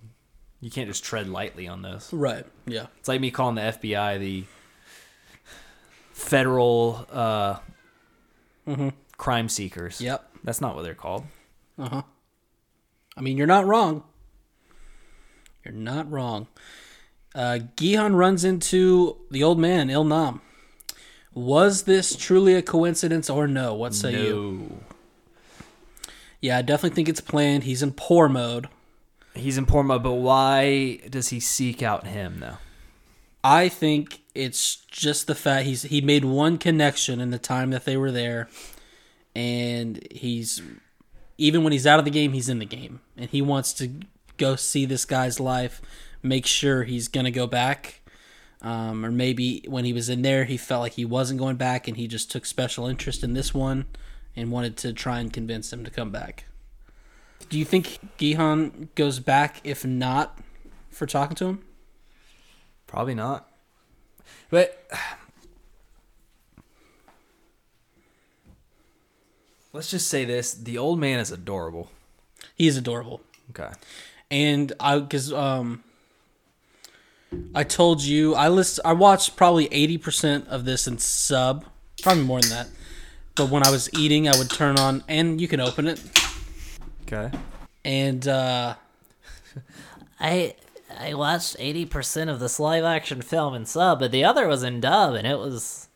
[SPEAKER 2] you can't just tread lightly on those.
[SPEAKER 1] right? Yeah.
[SPEAKER 2] It's like me calling the FBI the federal uh, crime seekers.
[SPEAKER 1] Mm-hmm. Yep.
[SPEAKER 2] That's not what they're called.
[SPEAKER 1] Uh huh. I mean, you're not wrong. You're not wrong. Uh, Gihan runs into the old man, Il Nam. Was this truly a coincidence or no? What say you?
[SPEAKER 2] No.
[SPEAKER 1] Yeah, I definitely think it's planned. He's in poor mode.
[SPEAKER 2] He's in Porma, but why does he seek out him though?
[SPEAKER 1] I think it's just the fact he's he made one connection in the time that they were there, and he's even when he's out of the game, he's in the game, and he wants to go see this guy's life, make sure he's gonna go back, um, or maybe when he was in there, he felt like he wasn't going back, and he just took special interest in this one, and wanted to try and convince him to come back. Do you think Gihan goes back if not for talking to him?
[SPEAKER 2] Probably not. But [sighs] let's just say this: the old man is adorable.
[SPEAKER 1] He's adorable.
[SPEAKER 2] Okay.
[SPEAKER 1] and I because um I told you I list I watched probably eighty percent of this in sub, probably more than that. But when I was eating, I would turn on and you can open it
[SPEAKER 2] Okay.
[SPEAKER 1] and uh
[SPEAKER 4] I I watched eighty percent of this live action film in sub, but the other was in dub, and it was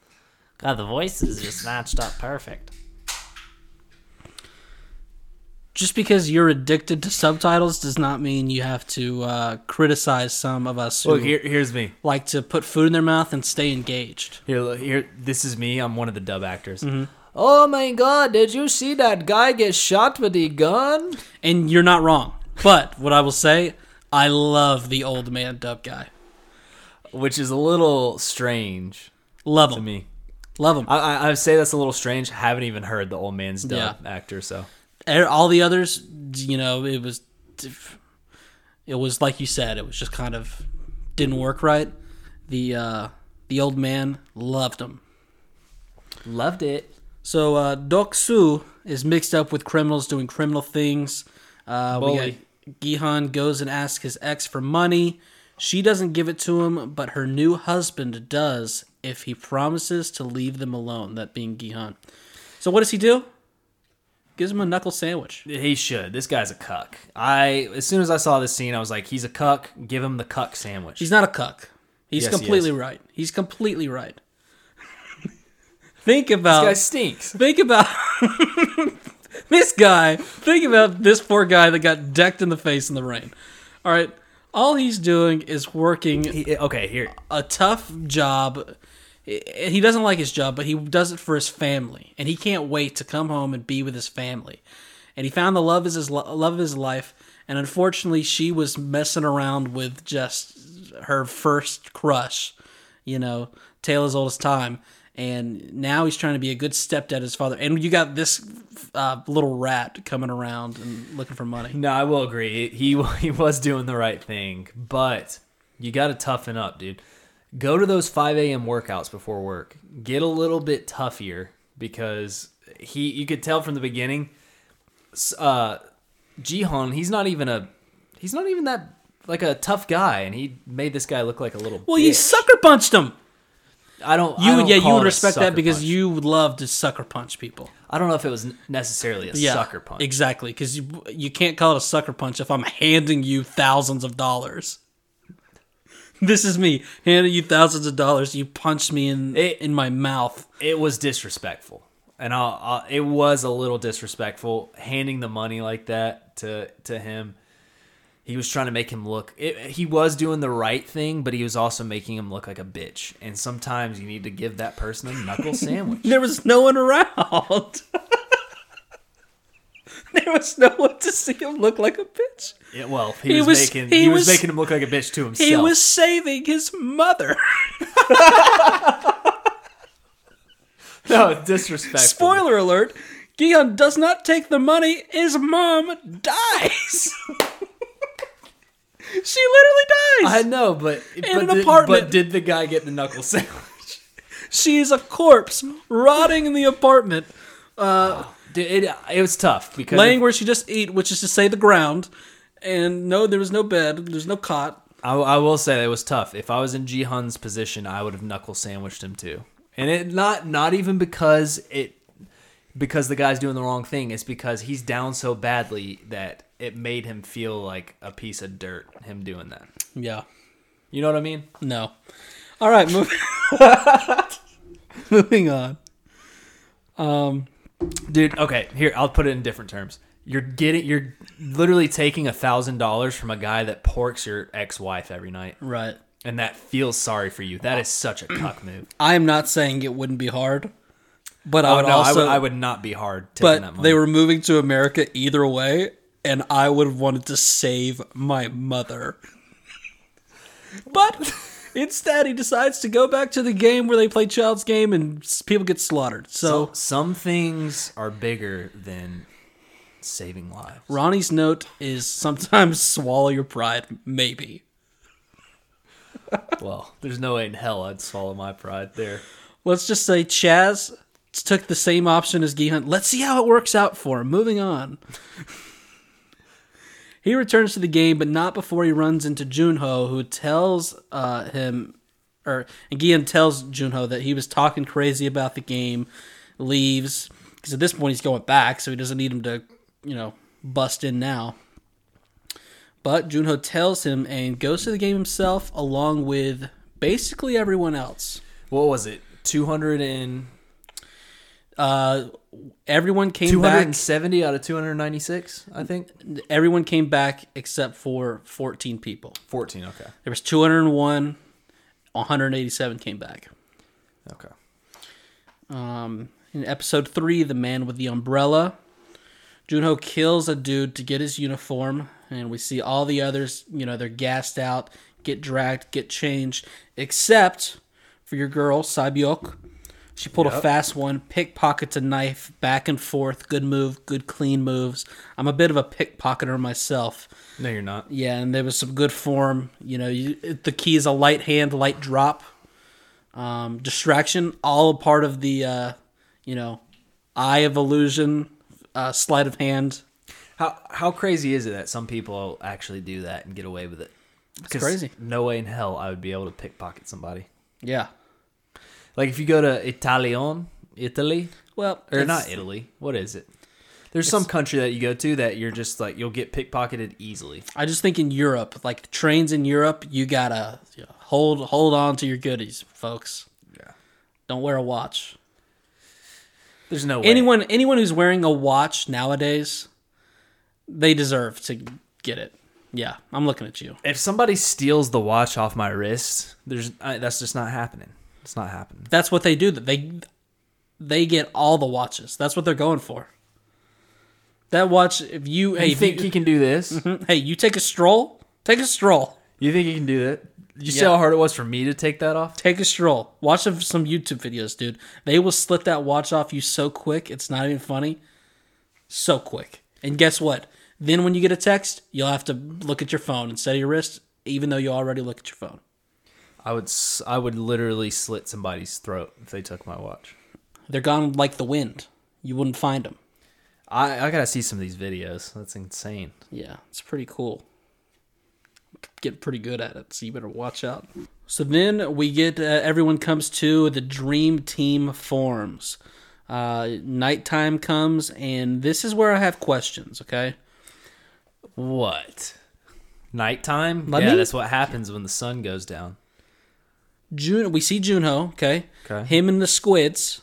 [SPEAKER 4] God. The voices just matched up perfect.
[SPEAKER 1] just because you're addicted to subtitles does not mean you have to uh, criticize some of us who
[SPEAKER 2] Look here. Here's me.
[SPEAKER 1] like to put food in their mouth and stay engaged.
[SPEAKER 2] Here, look, here. This is me. I'm one of the dub actors.
[SPEAKER 1] Mm-hmm.
[SPEAKER 2] Oh my god! Did you see that guy get shot with a gun?
[SPEAKER 1] And you're not wrong. But what I will say, I love the old man dub guy.
[SPEAKER 2] Which is a little strange
[SPEAKER 1] Love
[SPEAKER 2] to
[SPEAKER 1] him.
[SPEAKER 2] me.
[SPEAKER 1] Love him.
[SPEAKER 2] I, I, I would say that's a little strange. Haven't even heard the old man's dub
[SPEAKER 1] Yeah.
[SPEAKER 2] actor, so
[SPEAKER 1] Er- all the others you know it was it was like you said it was just kind of didn't work right the uh the old man loved him
[SPEAKER 2] loved it.
[SPEAKER 1] so uh dok su is mixed up with criminals doing criminal things uh
[SPEAKER 2] Bully.
[SPEAKER 1] we got gihan goes and asks his ex for money she doesn't give it to him but her new husband does if he promises to leave them alone that being gihan so what does he do gives him a knuckle sandwich
[SPEAKER 2] He should. This guy's a cuck. I as soon as I saw this scene, I was like, he's a cuck. Give him the cuck sandwich.
[SPEAKER 1] He's not a cuck. He's
[SPEAKER 2] Yes, he
[SPEAKER 1] completely
[SPEAKER 2] is.
[SPEAKER 1] right. He's completely right. [laughs] think about
[SPEAKER 2] this guy stinks.
[SPEAKER 1] think about [laughs] this guy. Think about this poor guy that got decked in the face in the rain. All right. All he's doing is working
[SPEAKER 2] He- okay, here.
[SPEAKER 1] a tough job. He he doesn't like his job, but he does it for his family, and he can't wait to come home and be with his family. And he found the love is his lo- love of his life, and unfortunately, she was messing around with just her first crush, you know, tale as old as time. And now he's trying to be a good stepdad, to his father. And you got this uh, little rat coming around and looking for money.
[SPEAKER 2] No, I will agree. He [laughs] he was doing the right thing, but you got to toughen up, dude. Go to those 5 a.m. workouts before work. Get a little bit toughier because he you could tell from the beginning. s- Uh, Jihan, he's not even a he's not even that like a tough guy, and he made this guy look like a little.
[SPEAKER 1] Well, you
[SPEAKER 2] bitch.
[SPEAKER 1] sucker punched him.
[SPEAKER 2] I don't.
[SPEAKER 1] You
[SPEAKER 2] I
[SPEAKER 1] would,
[SPEAKER 2] don't
[SPEAKER 1] yeah, you
[SPEAKER 2] call it
[SPEAKER 1] would
[SPEAKER 2] a
[SPEAKER 1] respect
[SPEAKER 2] sucker
[SPEAKER 1] that because
[SPEAKER 2] punch.
[SPEAKER 1] you would love to sucker punch people.
[SPEAKER 2] I don't know if it was n- necessarily a
[SPEAKER 1] Yeah,
[SPEAKER 2] sucker punch.
[SPEAKER 1] Exactly, because you you can't call it a sucker punch if I'm handing you thousands of dollars. This is me handing you thousands of dollars. You punched me in
[SPEAKER 2] It-
[SPEAKER 1] in my mouth.
[SPEAKER 2] it was disrespectful, and I'll, I'll, it was a little disrespectful handing the money like that to to him. He was trying to make him look. It, he was doing the right thing, but he was also making him look like a bitch. And sometimes you need to give that person a
[SPEAKER 1] [laughs]
[SPEAKER 2] knuckle sandwich.
[SPEAKER 1] There was no one around. [laughs] there was no one to see him look like a bitch.
[SPEAKER 2] Yeah, well, he,
[SPEAKER 1] He
[SPEAKER 2] was,
[SPEAKER 1] was-
[SPEAKER 2] making
[SPEAKER 1] he
[SPEAKER 2] he, was,
[SPEAKER 1] was-
[SPEAKER 2] making him look like a bitch to himself.
[SPEAKER 1] He was saving his mother.
[SPEAKER 2] [laughs]
[SPEAKER 1] [laughs]
[SPEAKER 2] no it's disrespectful.
[SPEAKER 1] Spoiler alert: Gion does not take the money. His mom dies. [laughs] she literally dies.
[SPEAKER 2] I know, but in
[SPEAKER 1] an apartment.
[SPEAKER 2] But did the guy get the knuckle sandwich? [laughs]
[SPEAKER 1] She is a corpse rotting in the apartment,
[SPEAKER 2] Dude, it, it was tough because
[SPEAKER 1] laying where she just eat, which is to say the ground. And no, there was no bed. There's no cot.
[SPEAKER 2] I, I will say it was tough. If I was in Jihan's position, I would have knuckle sandwiched him too. And it not not even because it because the guy's doing the wrong thing. It's because he's down so badly that it made him feel like a piece of dirt. Him doing that,
[SPEAKER 1] Yeah.
[SPEAKER 2] you know what I mean?
[SPEAKER 1] No. All right. Move- [laughs] moving on. Um.
[SPEAKER 2] dude okay here i'll put it in different terms you're getting you're literally taking a thousand dollars from a guy that porks your ex-wife every night
[SPEAKER 1] Right.
[SPEAKER 2] and that feels sorry for you that is such a cuck move
[SPEAKER 1] I am not saying it wouldn't be hard, but I
[SPEAKER 2] [clears throat] oh
[SPEAKER 1] would
[SPEAKER 2] no
[SPEAKER 1] also.
[SPEAKER 2] I, would, I would not be hard taking that
[SPEAKER 1] but
[SPEAKER 2] money
[SPEAKER 1] they were moving to America either way, and I would have wanted to save my mother. but [laughs] instead, he decides to go back to the game where they play child's game and s- people get slaughtered. So,
[SPEAKER 2] so some things are bigger than saving lives
[SPEAKER 1] Ronnie's note is sometimes swallow your pride, maybe.
[SPEAKER 2] well there's no way in hell i'd swallow my pride there
[SPEAKER 1] Let's just say Chaz took the same option as Gehunt. Let's see how it works out for him. Moving on. he returns to the game, but not before he runs into Junho, who tells uh, him, or and Gehunt tells Junho that he was talking crazy about the game, leaves, because at this point he's going back, so he doesn't need him to, you know, bust in now. But Junho tells him and goes to the game himself along with basically everyone else.
[SPEAKER 2] what was it 200 and
[SPEAKER 1] uh, everyone came back.
[SPEAKER 2] 270 out of 296 i think
[SPEAKER 1] Everyone came back except for 14 people.
[SPEAKER 2] 14 okay
[SPEAKER 1] There was 201. 187 came back.
[SPEAKER 2] okay
[SPEAKER 1] Um, in episode three, the man with the umbrella, Junho kills a dude to get his uniform, and we see all the others. You know, they're gassed out, get dragged, get changed, except for your girl Sabyok. She pulled a
[SPEAKER 2] Yep.
[SPEAKER 1] fast one, pickpockets a knife back and forth. Good move, good clean moves. I'm a bit of a pickpocketer myself.
[SPEAKER 2] no you're not
[SPEAKER 1] Yeah, and there was some good form. You know, you, it- the key is a light hand, light drop, um, distraction, all a part of the, uh, you know, eye of illusion, uh, sleight of hand.
[SPEAKER 2] How how crazy is it that some people actually do that and get away with it? It's
[SPEAKER 1] crazy.
[SPEAKER 2] No way in hell I would be able to pickpocket somebody.
[SPEAKER 1] Yeah.
[SPEAKER 2] Like if you go to Italian, Italy,
[SPEAKER 1] Well,
[SPEAKER 2] or
[SPEAKER 1] it's-
[SPEAKER 2] not Italy, what is it? There's some country that you go to that you're just like you'll get pickpocketed easily.
[SPEAKER 1] I just think in Europe, like the trains in Europe, you gotta you know, hold hold on to your goodies, folks.
[SPEAKER 2] Yeah.
[SPEAKER 1] Don't wear a watch.
[SPEAKER 2] There's no way.
[SPEAKER 1] Anyone anyone who's wearing a watch nowadays, they deserve to get it. Yeah, I'm looking at you.
[SPEAKER 2] if somebody steals the watch off my wrist, there's I, that's just not happening. It's not happening.
[SPEAKER 1] That's what they do. That they they get all the watches. That's what they're going for. That watch. If you hey
[SPEAKER 2] you
[SPEAKER 1] if
[SPEAKER 2] think
[SPEAKER 1] you- hmm,
[SPEAKER 2] he can do this?
[SPEAKER 1] hey you take a stroll, take a stroll,
[SPEAKER 2] [laughs] You think he can do that? You see how hard it was for me to take that off?
[SPEAKER 1] take a stroll. Watch some some YouTube videos, dude. They will slit that watch off you so quick. It's not even funny. So quick. And guess what? Then when you get a text, you'll have to look at your phone instead of your wrist, even though you already look at your phone.
[SPEAKER 2] I would s- I would literally slit somebody's throat if they took my watch.
[SPEAKER 1] They're gone like the wind. You wouldn't find them.
[SPEAKER 2] I I gotta see some of these videos. That's insane.
[SPEAKER 1] Yeah, it's pretty cool. Get pretty good at it, so you better watch out. So then we get uh, everyone comes to the dream team forms. Uh, nighttime comes, and this is where I have questions. Okay,
[SPEAKER 2] What? Nighttime?
[SPEAKER 1] Let
[SPEAKER 2] yeah,
[SPEAKER 1] me-
[SPEAKER 2] that's what happens when the sun goes down.
[SPEAKER 1] Jun, we see Junho. Okay,
[SPEAKER 2] Okay.
[SPEAKER 1] him and the squids.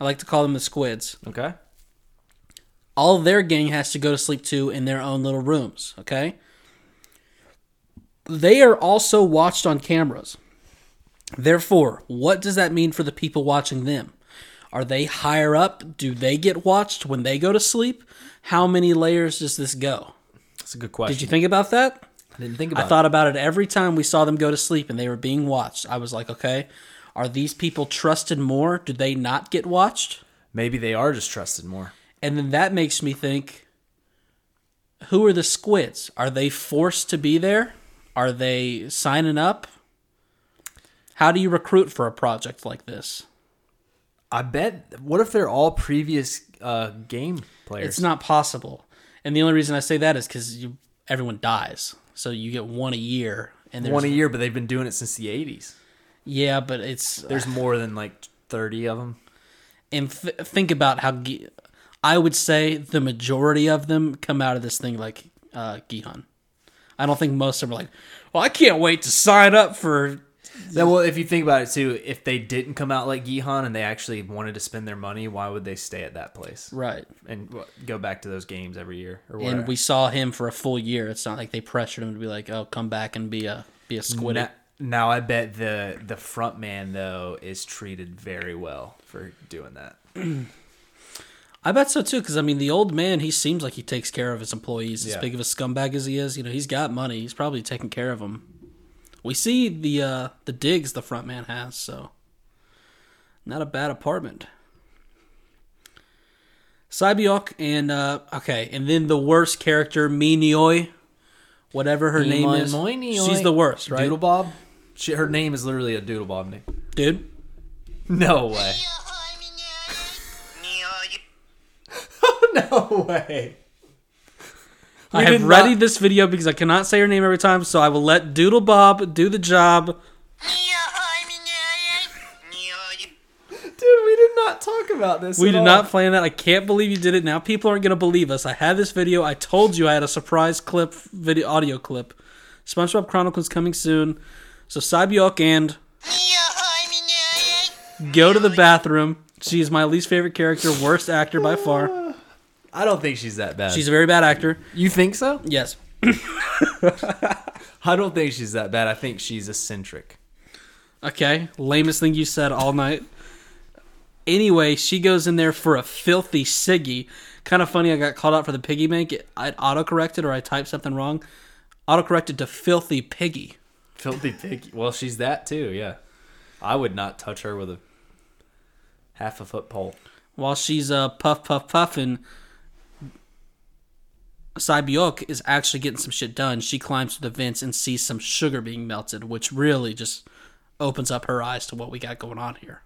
[SPEAKER 1] I like to call them the squids.
[SPEAKER 2] Okay.
[SPEAKER 1] All their gang has to go to sleep too in their own little rooms. Okay, they are also watched on cameras. Therefore, what does that mean for the people watching them? Are they higher up? Do they get watched when they go to sleep? How many layers does this go?
[SPEAKER 2] That's a good question.
[SPEAKER 1] Did you think about that?
[SPEAKER 2] I didn't think
[SPEAKER 1] I
[SPEAKER 2] about it.
[SPEAKER 1] thought about it every time we saw them go to sleep and they were being watched. I was like, okay, are these people trusted more? Do they not get watched?
[SPEAKER 2] Maybe they are just trusted more.
[SPEAKER 1] And then that makes me think who are the squids? Are they forced to be there? Are they signing up? How do you recruit for a project like this?
[SPEAKER 2] I bet. What if they're all previous uh, game players?
[SPEAKER 1] It's not possible. And the only reason I say that is because everyone dies. So you get one a year. And there's,
[SPEAKER 2] one a year, but they've been doing it since the '80s.
[SPEAKER 1] Yeah, but it's.
[SPEAKER 2] There's more than like 30 of them.
[SPEAKER 1] and th- think about how Gi- I would say the majority of them come out of this thing like uh, Gihon. I don't think most of them are like, well, I can't wait to sign up for.
[SPEAKER 2] well, if you think about it too, if they didn't come out like Gihan and they actually wanted to spend their money, why would they stay at that place
[SPEAKER 1] Right.
[SPEAKER 2] and wha- go back to those games every year or whatever?
[SPEAKER 1] And we saw him for a full year. It's not like they pressured him to be like, oh, come back and be a be a squid.
[SPEAKER 2] now, now I bet the the front man though is treated very well for doing that.
[SPEAKER 1] I bet so too, because I mean, the old man, he seems like he takes care of his employees. As
[SPEAKER 2] Yeah.
[SPEAKER 1] big of a scumbag as he is, you know, he's got money. He's probably taking care of them. We see the uh, the digs the front man has, so not a bad apartment. Cybiok and uh, okay, and then the worst character, Minioi, whatever her name
[SPEAKER 2] Moi-
[SPEAKER 1] is,
[SPEAKER 2] Moi Nioi.
[SPEAKER 1] she's the worst, right,
[SPEAKER 2] Doodle Bob. She, her name is literally a Doodle Bob name.
[SPEAKER 1] dude?
[SPEAKER 2] No way. [laughs] no way.
[SPEAKER 1] I
[SPEAKER 2] We
[SPEAKER 1] have
[SPEAKER 2] did
[SPEAKER 1] readied
[SPEAKER 2] not-
[SPEAKER 1] this video because I cannot say her name every time, so I will let Doodle Bob do the job.
[SPEAKER 2] Dude, we did not talk about this.
[SPEAKER 1] We
[SPEAKER 2] at
[SPEAKER 1] did
[SPEAKER 2] all.
[SPEAKER 1] not plan that. I can't believe you did it. Now people aren't going to believe us. I had this video. I told you I had a surprise clip, video, audio clip. SpongeBob Chronicles coming soon. So Sabiok and go to the bathroom. She is my least favorite character, worst actor by far.
[SPEAKER 2] I don't think she's that bad.
[SPEAKER 1] She's a very bad actor.
[SPEAKER 2] you think so?
[SPEAKER 1] Yes.
[SPEAKER 2] I don't think she's that bad. I think she's eccentric.
[SPEAKER 1] Okay. Lamest thing you said all night. Anyway, she goes in there for a filthy Siggy. Kind of funny. I got called out for the piggy bank. It- I'd autocorrected or I typed something wrong. Autocorrected to filthy piggy.
[SPEAKER 2] Filthy pig. Well, she's that too. Yeah, I would not touch her with a half a foot pole.
[SPEAKER 1] while she's uh, puff puff puffing, Saibyok is actually getting some shit done. She climbs to the vents and sees some sugar being melted, which really just opens up her eyes to what we got going on here.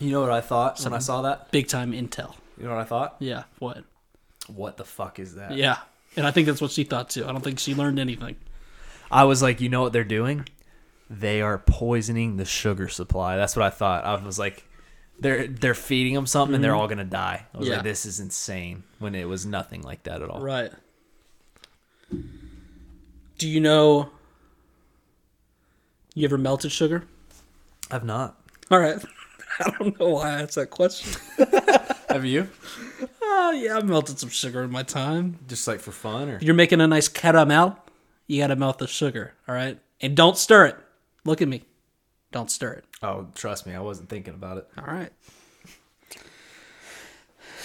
[SPEAKER 2] You know what I thought when I saw that?
[SPEAKER 1] Big time intel.
[SPEAKER 2] You know what I thought?
[SPEAKER 1] Yeah, what?
[SPEAKER 2] What the fuck is that?
[SPEAKER 1] Yeah. And I think that's what she thought too. I don't think she learned anything.
[SPEAKER 2] I was like, you know what they're doing? They are poisoning the sugar supply. That's what I thought. I was like, they're they're feeding them something and they're all gonna die. I was
[SPEAKER 1] Yeah.
[SPEAKER 2] like, this is insane. When it was nothing like that at all.
[SPEAKER 1] Right. Do you know you ever melted sugar?
[SPEAKER 2] I've not.
[SPEAKER 1] All right. [laughs] I don't know why I asked that question.
[SPEAKER 2] Have you?
[SPEAKER 1] Oh, yeah, I melted some sugar in my time.
[SPEAKER 2] Just like for fun or?
[SPEAKER 1] you're making a nice caramel, you gotta melt the sugar, all right? And don't stir it. Look at me. Don't stir it.
[SPEAKER 2] Oh, trust me, I wasn't thinking about it.
[SPEAKER 1] All right.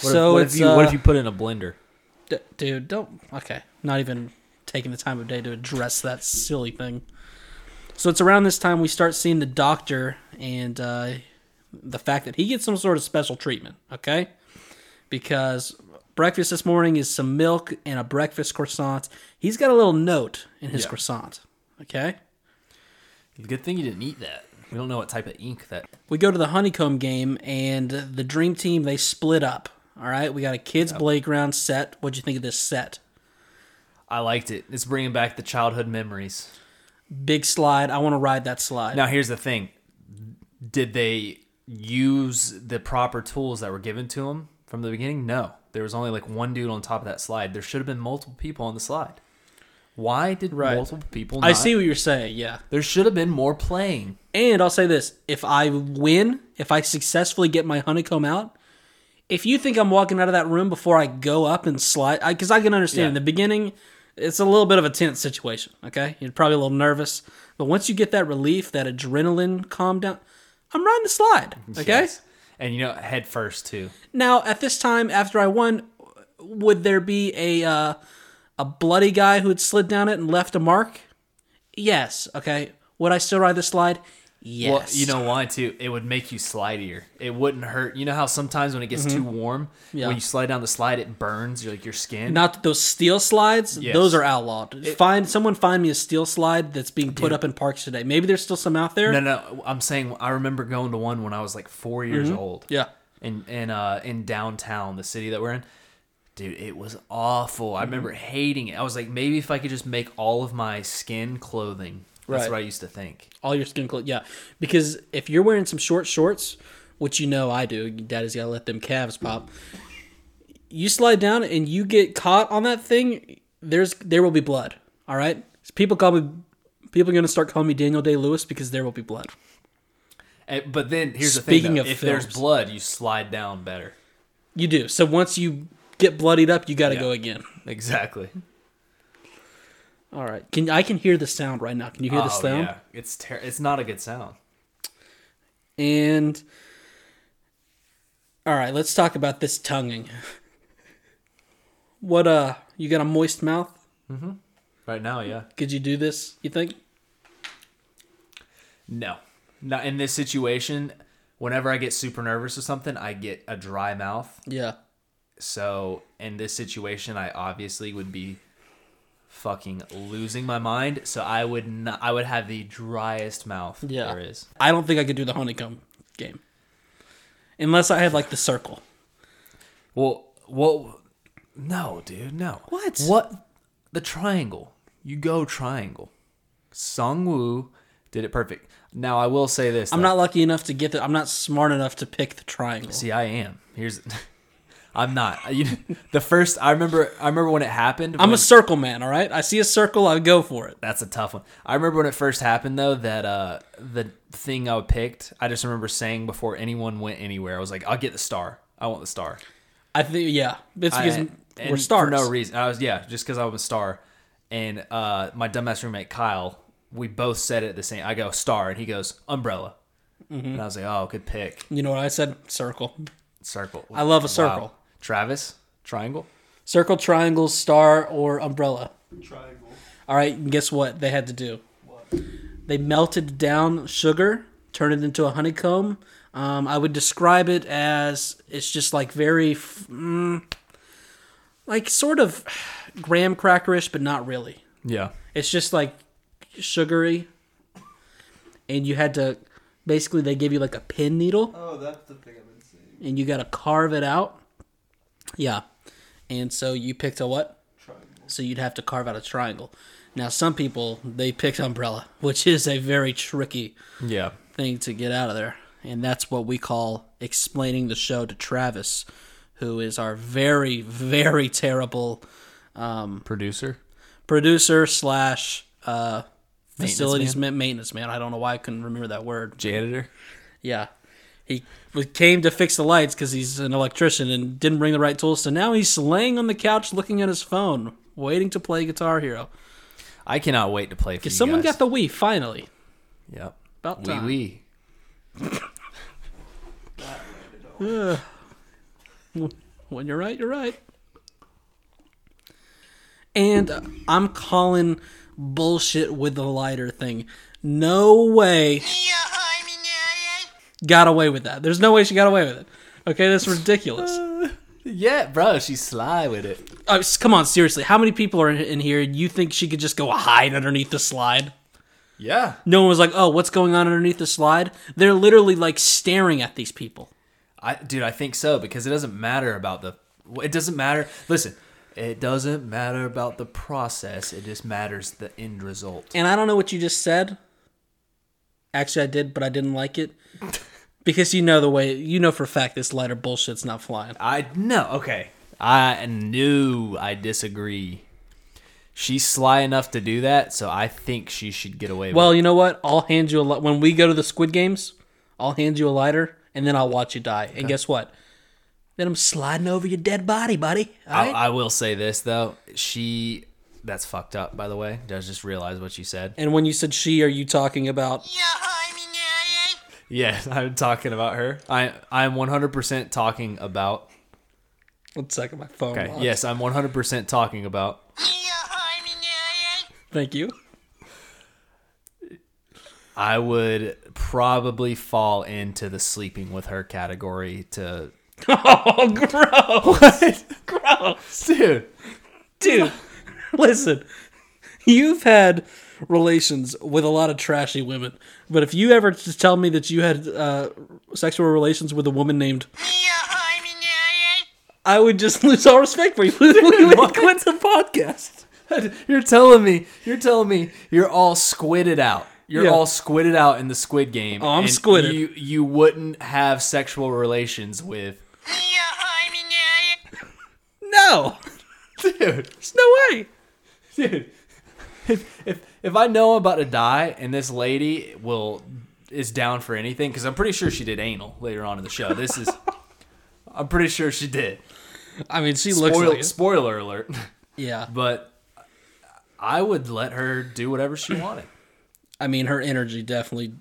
[SPEAKER 2] What
[SPEAKER 1] so
[SPEAKER 2] if, what
[SPEAKER 1] it's,
[SPEAKER 2] if you what if
[SPEAKER 1] uh,
[SPEAKER 2] you put it in a blender?
[SPEAKER 1] D- dude, don't. Okay, not even taking the time of day to address that silly thing. So it's around this time we start seeing the doctor and uh, the fact that he gets some sort of special treatment. Okay, because breakfast this morning is some milk and a breakfast croissant. He's got a little note in his
[SPEAKER 2] Yeah.
[SPEAKER 1] croissant. Okay.
[SPEAKER 2] Good thing you didn't eat that. We don't know what type of ink that.
[SPEAKER 1] we go to the honeycomb game and the dream team they split up All right, we got a kids' playground set. What'd you think of this set?
[SPEAKER 2] I liked it. It's bringing back the childhood memories.
[SPEAKER 1] Big slide. I want to ride that slide.
[SPEAKER 2] Now, here's the thing: Did they use the proper tools that were given to them from the beginning? No, there was only like one dude on top of that slide. There should have been multiple people on the slide. Why did
[SPEAKER 1] Right.
[SPEAKER 2] multiple people? Not?
[SPEAKER 1] I see what you're saying. Yeah.
[SPEAKER 2] There should have been more playing.
[SPEAKER 1] And I'll say this if I win, if I successfully get my honeycomb out, if you think I'm walking out of that room before I go up and slide, because I, can understand
[SPEAKER 2] Yeah.
[SPEAKER 1] in the beginning, it's a little bit of a tense situation, okay? You're probably a little nervous. But once you get that relief, that adrenaline calm down, I'm riding the
[SPEAKER 2] [laughs]
[SPEAKER 1] slide, okay?
[SPEAKER 2] Yes. And you know, head first too.
[SPEAKER 1] Now, at this time, after I won, would there be a uh, a bloody guy who had slid down it and left a mark? Yes, okay. Would I still ride the slide? Yes.
[SPEAKER 2] Well, you know why too? It would make you slidier. It wouldn't hurt. You know how sometimes when it gets too warm,
[SPEAKER 1] Mm-hmm. Yeah.
[SPEAKER 2] when you slide down the slide, it burns your like your skin.
[SPEAKER 1] Not that those steel slides;
[SPEAKER 2] Yes.
[SPEAKER 1] those are outlawed. find someone find me a steel slide that's being put
[SPEAKER 2] Dude.
[SPEAKER 1] up in parks today. Maybe there's still some out there.
[SPEAKER 2] no, no. I'm saying I remember going to one when I was like four years old.
[SPEAKER 1] Mm-hmm. Yeah,
[SPEAKER 2] In in uh in downtown the city that we're in, dude, it was awful. I remember
[SPEAKER 1] Mm-hmm.
[SPEAKER 2] hating it. I was like, maybe if I could just make all of my skin clothing. That's
[SPEAKER 1] Right.
[SPEAKER 2] what I used to think.
[SPEAKER 1] all your skin clothes. Yeah, because if you're wearing some short shorts, which you know I do, Daddy's gotta let them calves pop. You slide down and you get caught on that thing. There's there will be blood. All right, people call me. People are gonna start calling me Daniel Day Lewis because there will be blood.
[SPEAKER 2] And, Eh, but then here's the
[SPEAKER 1] Speaking
[SPEAKER 2] thing: though.
[SPEAKER 1] of
[SPEAKER 2] if
[SPEAKER 1] films.
[SPEAKER 2] there's blood, you slide down better.
[SPEAKER 1] You do. So once you get bloodied up, you gotta
[SPEAKER 2] Yeah.
[SPEAKER 1] go again.
[SPEAKER 2] Exactly.
[SPEAKER 1] All right. Can I can hear the sound right now? Can you hear the
[SPEAKER 2] Oh,
[SPEAKER 1] sound?
[SPEAKER 2] yeah. It's ter- it's not a good sound.
[SPEAKER 1] And all right, let's talk about this tonguing. What uh, you got a moist mouth?
[SPEAKER 2] Right now, yeah.
[SPEAKER 1] Could you do this? You think?
[SPEAKER 2] No. Not in this situation. Whenever I get super nervous or something, I get a dry mouth.
[SPEAKER 1] Yeah.
[SPEAKER 2] So in this situation, I obviously would be fucking losing my mind. So I would not. I would have the driest mouth
[SPEAKER 1] Yeah.
[SPEAKER 2] there is.
[SPEAKER 1] I don't think I could do the honeycomb game, unless I had like the circle.
[SPEAKER 2] Well, well, no, dude, no.
[SPEAKER 1] What?
[SPEAKER 2] What? The triangle. You go triangle. Sung Woo did it perfect. Now I will say this.
[SPEAKER 1] I'm
[SPEAKER 2] though.
[SPEAKER 1] not lucky enough to get the. I'm not smart enough to pick the triangle.
[SPEAKER 2] See, I am. Here's, [laughs] I'm not. You, the first I remember, I remember when it happened.
[SPEAKER 1] I'm
[SPEAKER 2] when-
[SPEAKER 1] a circle man. All right. I see a circle. I go for it.
[SPEAKER 2] that's a tough one. I remember when it first happened though that uh the thing I picked. I just remember saying before anyone went anywhere, I was like, I'll get the star. I want the star.
[SPEAKER 1] I think. Yeah. It's because
[SPEAKER 2] I- and
[SPEAKER 1] we're stars.
[SPEAKER 2] for no reason. I was yeah, just because I was a star, and uh my dumbass roommate Kyle, we both said it the same. I go star, and he goes umbrella,
[SPEAKER 1] Mm-hmm.
[SPEAKER 2] and I was like, oh, good pick.
[SPEAKER 1] you know what I said? Circle.
[SPEAKER 2] Circle.
[SPEAKER 1] I love a
[SPEAKER 2] Wow.
[SPEAKER 1] circle.
[SPEAKER 2] Travis, triangle.
[SPEAKER 1] Circle, triangle, star, or umbrella.
[SPEAKER 3] Triangle.
[SPEAKER 1] All right, and guess what they had to do? They melted down sugar, turned it into a honeycomb. Um, I would describe it as it's just like very, f- mm, like sort of graham crackerish, but not really.
[SPEAKER 2] Yeah.
[SPEAKER 1] It's just like sugary, and you had to basically they give you like a pin needle,
[SPEAKER 3] Oh, that's the thing I've been seeing.
[SPEAKER 1] and you got to carve it out. Yeah, and so you picked a what?
[SPEAKER 3] Triangle.
[SPEAKER 1] so you'd have to carve out a triangle. Now, some people they picked umbrella, [laughs] which is a very tricky
[SPEAKER 2] Yeah.
[SPEAKER 1] thing to get out of there, and that's what we call explaining the show to Travis, who is our very very terrible
[SPEAKER 2] Producer.
[SPEAKER 1] producer slash uh, facilities man. maintenance man. I don't know why I couldn't remember that word.
[SPEAKER 2] Janitor.
[SPEAKER 1] Yeah. He w- came to fix the lights because he's an electrician and didn't bring the right tools. So now he's laying on the couch looking at his phone, waiting to play Guitar Hero.
[SPEAKER 2] I cannot wait to play for you
[SPEAKER 1] Because someone
[SPEAKER 2] guys.
[SPEAKER 1] got the Wii finally.
[SPEAKER 2] the yep.
[SPEAKER 1] About
[SPEAKER 2] Wee
[SPEAKER 1] time.
[SPEAKER 2] wee.
[SPEAKER 1] When you're right, you're right. And uh, I'm calling bullshit with the lighter thing. No way got away with that. There's no way she got away with it. Okay, that's ridiculous.
[SPEAKER 2] Yeah, bro, she's sly with it.
[SPEAKER 1] Uh, s- come on, seriously. How many people are in- in here and you think she could just go hide underneath the slide?
[SPEAKER 2] Yeah.
[SPEAKER 1] No one was like, oh, what's going on underneath the slide? They're literally like staring at these people.
[SPEAKER 2] I dude, I think so because it doesn't matter about the. It doesn't matter. Listen, it doesn't matter about the process. It just matters the end result.
[SPEAKER 1] And I don't know what you just said. Actually, I did, but I didn't like [laughs] it because you know the way you know for a fact this lighter bullshit's not flying.
[SPEAKER 2] I no. Okay, I knew I disagree. She's sly enough to do that, so I think she should get away.
[SPEAKER 1] Well,
[SPEAKER 2] with
[SPEAKER 1] you know what? I'll hand you a li- when we go to the Squid Games. I'll hand you a lighter, and then I'll watch you die. And guess what? Then I'm sliding over your dead body, buddy.
[SPEAKER 2] it.
[SPEAKER 1] All right?
[SPEAKER 2] I, I will say this though, she that's fucked up. By the way, does just realize what you said.
[SPEAKER 1] and when you said she, are you talking about?
[SPEAKER 2] Yes, [laughs] I'm talking about her. I I'm 100% talking about.
[SPEAKER 1] One second, my phone.
[SPEAKER 2] Okay.
[SPEAKER 1] locked.
[SPEAKER 2] Yes, I'm 100% talking about.
[SPEAKER 1] Thank you.
[SPEAKER 2] I would probably fall into the sleeping with her category to
[SPEAKER 1] [laughs]
[SPEAKER 2] [laughs]
[SPEAKER 1] Oh, [laughs] gross, gross,
[SPEAKER 2] dude.
[SPEAKER 1] dude. [laughs] Listen, you've had relations with a lot of trashy women, but if you ever just tell me that you had uh, sexual relations with a woman named, I would just [laughs] lose all respect for you. We would quit the podcast.
[SPEAKER 2] You're telling me, you're telling me you're all squidded out. You're
[SPEAKER 1] Yeah.
[SPEAKER 2] all squidded out in the squid game.
[SPEAKER 1] Oh, I'm squidded.
[SPEAKER 2] You you wouldn't have sexual relations with
[SPEAKER 1] [laughs]
[SPEAKER 2] [laughs]
[SPEAKER 1] No,
[SPEAKER 2] Dude.
[SPEAKER 1] there's no way.
[SPEAKER 2] dude. If, if if I know I'm about to die and this lady will is down for anything, because I'm pretty sure she did anal later on in the show. This is, [laughs] I'm pretty sure she did.
[SPEAKER 1] I mean, she looks
[SPEAKER 2] Spoil,
[SPEAKER 1] like it.
[SPEAKER 2] spoiler alert, [laughs]
[SPEAKER 1] yeah.
[SPEAKER 2] but I would let her do whatever she wanted.
[SPEAKER 1] I mean, her energy definitely,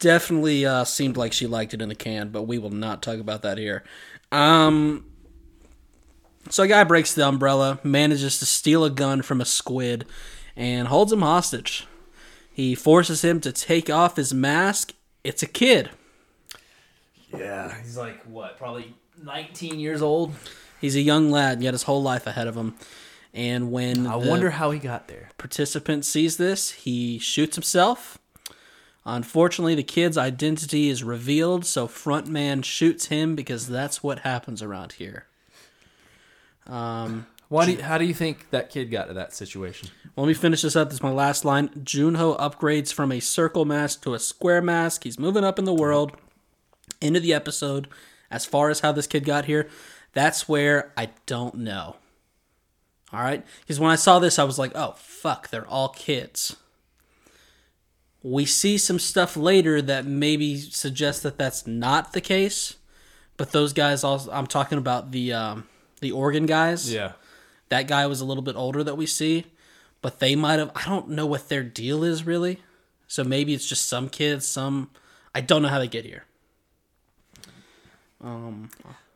[SPEAKER 1] definitely uh, seemed like she liked it in the can. But we will not talk about that here. Um, so a guy breaks the umbrella, manages to steal a gun from a squid, and holds him hostage. He forces him to take off his mask. It's a kid.
[SPEAKER 2] Yeah, he's like what, probably 19 years old.
[SPEAKER 1] He's a young lad, and yet his whole life ahead of him. And when
[SPEAKER 2] I
[SPEAKER 1] the-
[SPEAKER 2] wonder how he got there.
[SPEAKER 1] participant sees this, he shoots himself. Unfortunately, the kid's identity is revealed, so frontman shoots him because that's what happens around here.
[SPEAKER 2] Why do you, how do you think that kid got to that situation?
[SPEAKER 1] Let me finish this up. This is my last line. Junho upgrades from a circle mask to a square mask. He's moving up in the world. End of the episode. As far as how this kid got here, that's where I don't know. All right? Because when I saw this, I was like, oh, fuck, they're all kids. We see some stuff later that maybe suggests that that's not the case. But those guys, also, I'm talking about the um, the Oregon guys
[SPEAKER 2] Yeah,
[SPEAKER 1] that guy was a little bit older that we see, but they might have. I don't know what their deal is really. So maybe it's just some kids, some. I don't know how they get here. Um,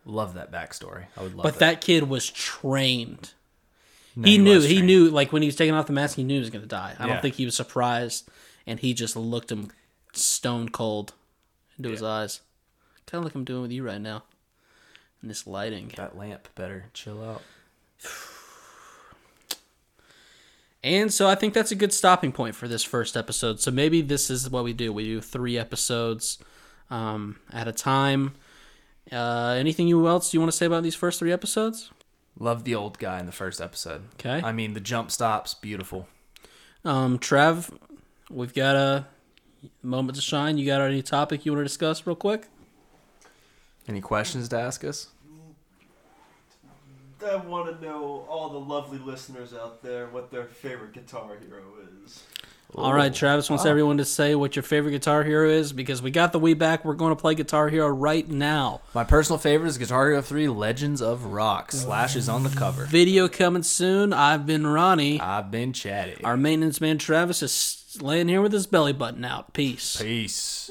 [SPEAKER 2] love that backstory. I would love
[SPEAKER 1] But
[SPEAKER 2] that.
[SPEAKER 1] that kid was trained.
[SPEAKER 2] No,
[SPEAKER 1] He, knew.
[SPEAKER 2] was
[SPEAKER 1] He
[SPEAKER 2] trained.
[SPEAKER 1] knew. Like when he was taking off the mask, he knew he was going to die. I
[SPEAKER 2] Yeah.
[SPEAKER 1] don't think he was surprised, and he just looked him stone cold into his eyes. Kind of like I'm doing with you right now, in this lighting.
[SPEAKER 2] that lamp. Better chill out.
[SPEAKER 1] And so I think that's a good stopping point for this first episode. So maybe this is what we do. We do three episodes um, at a time. Uh, anything you else you want to say about these first three episodes?
[SPEAKER 2] Love the old guy in the first episode.
[SPEAKER 1] 'Kay.
[SPEAKER 2] I mean, the jump stops, beautiful.
[SPEAKER 1] Um, Trev, we've got a moment to shine. You got any topic you want to discuss real quick?
[SPEAKER 2] Any questions to ask us?
[SPEAKER 3] I want to know all the lovely listeners out there what their favorite guitar hero is.
[SPEAKER 1] All right, Travis wants everyone to say what your favorite Guitar Hero is because we got the Wii back. We're going to play Guitar Hero right now.
[SPEAKER 2] My personal favorite is Guitar Hero 3 Legends of Rock. Slash is on the cover.
[SPEAKER 1] Video coming soon. I've been Ronnie.
[SPEAKER 2] I've been chatty.
[SPEAKER 1] Our maintenance man Travis is laying here with his belly button out. Peace.
[SPEAKER 2] Peace.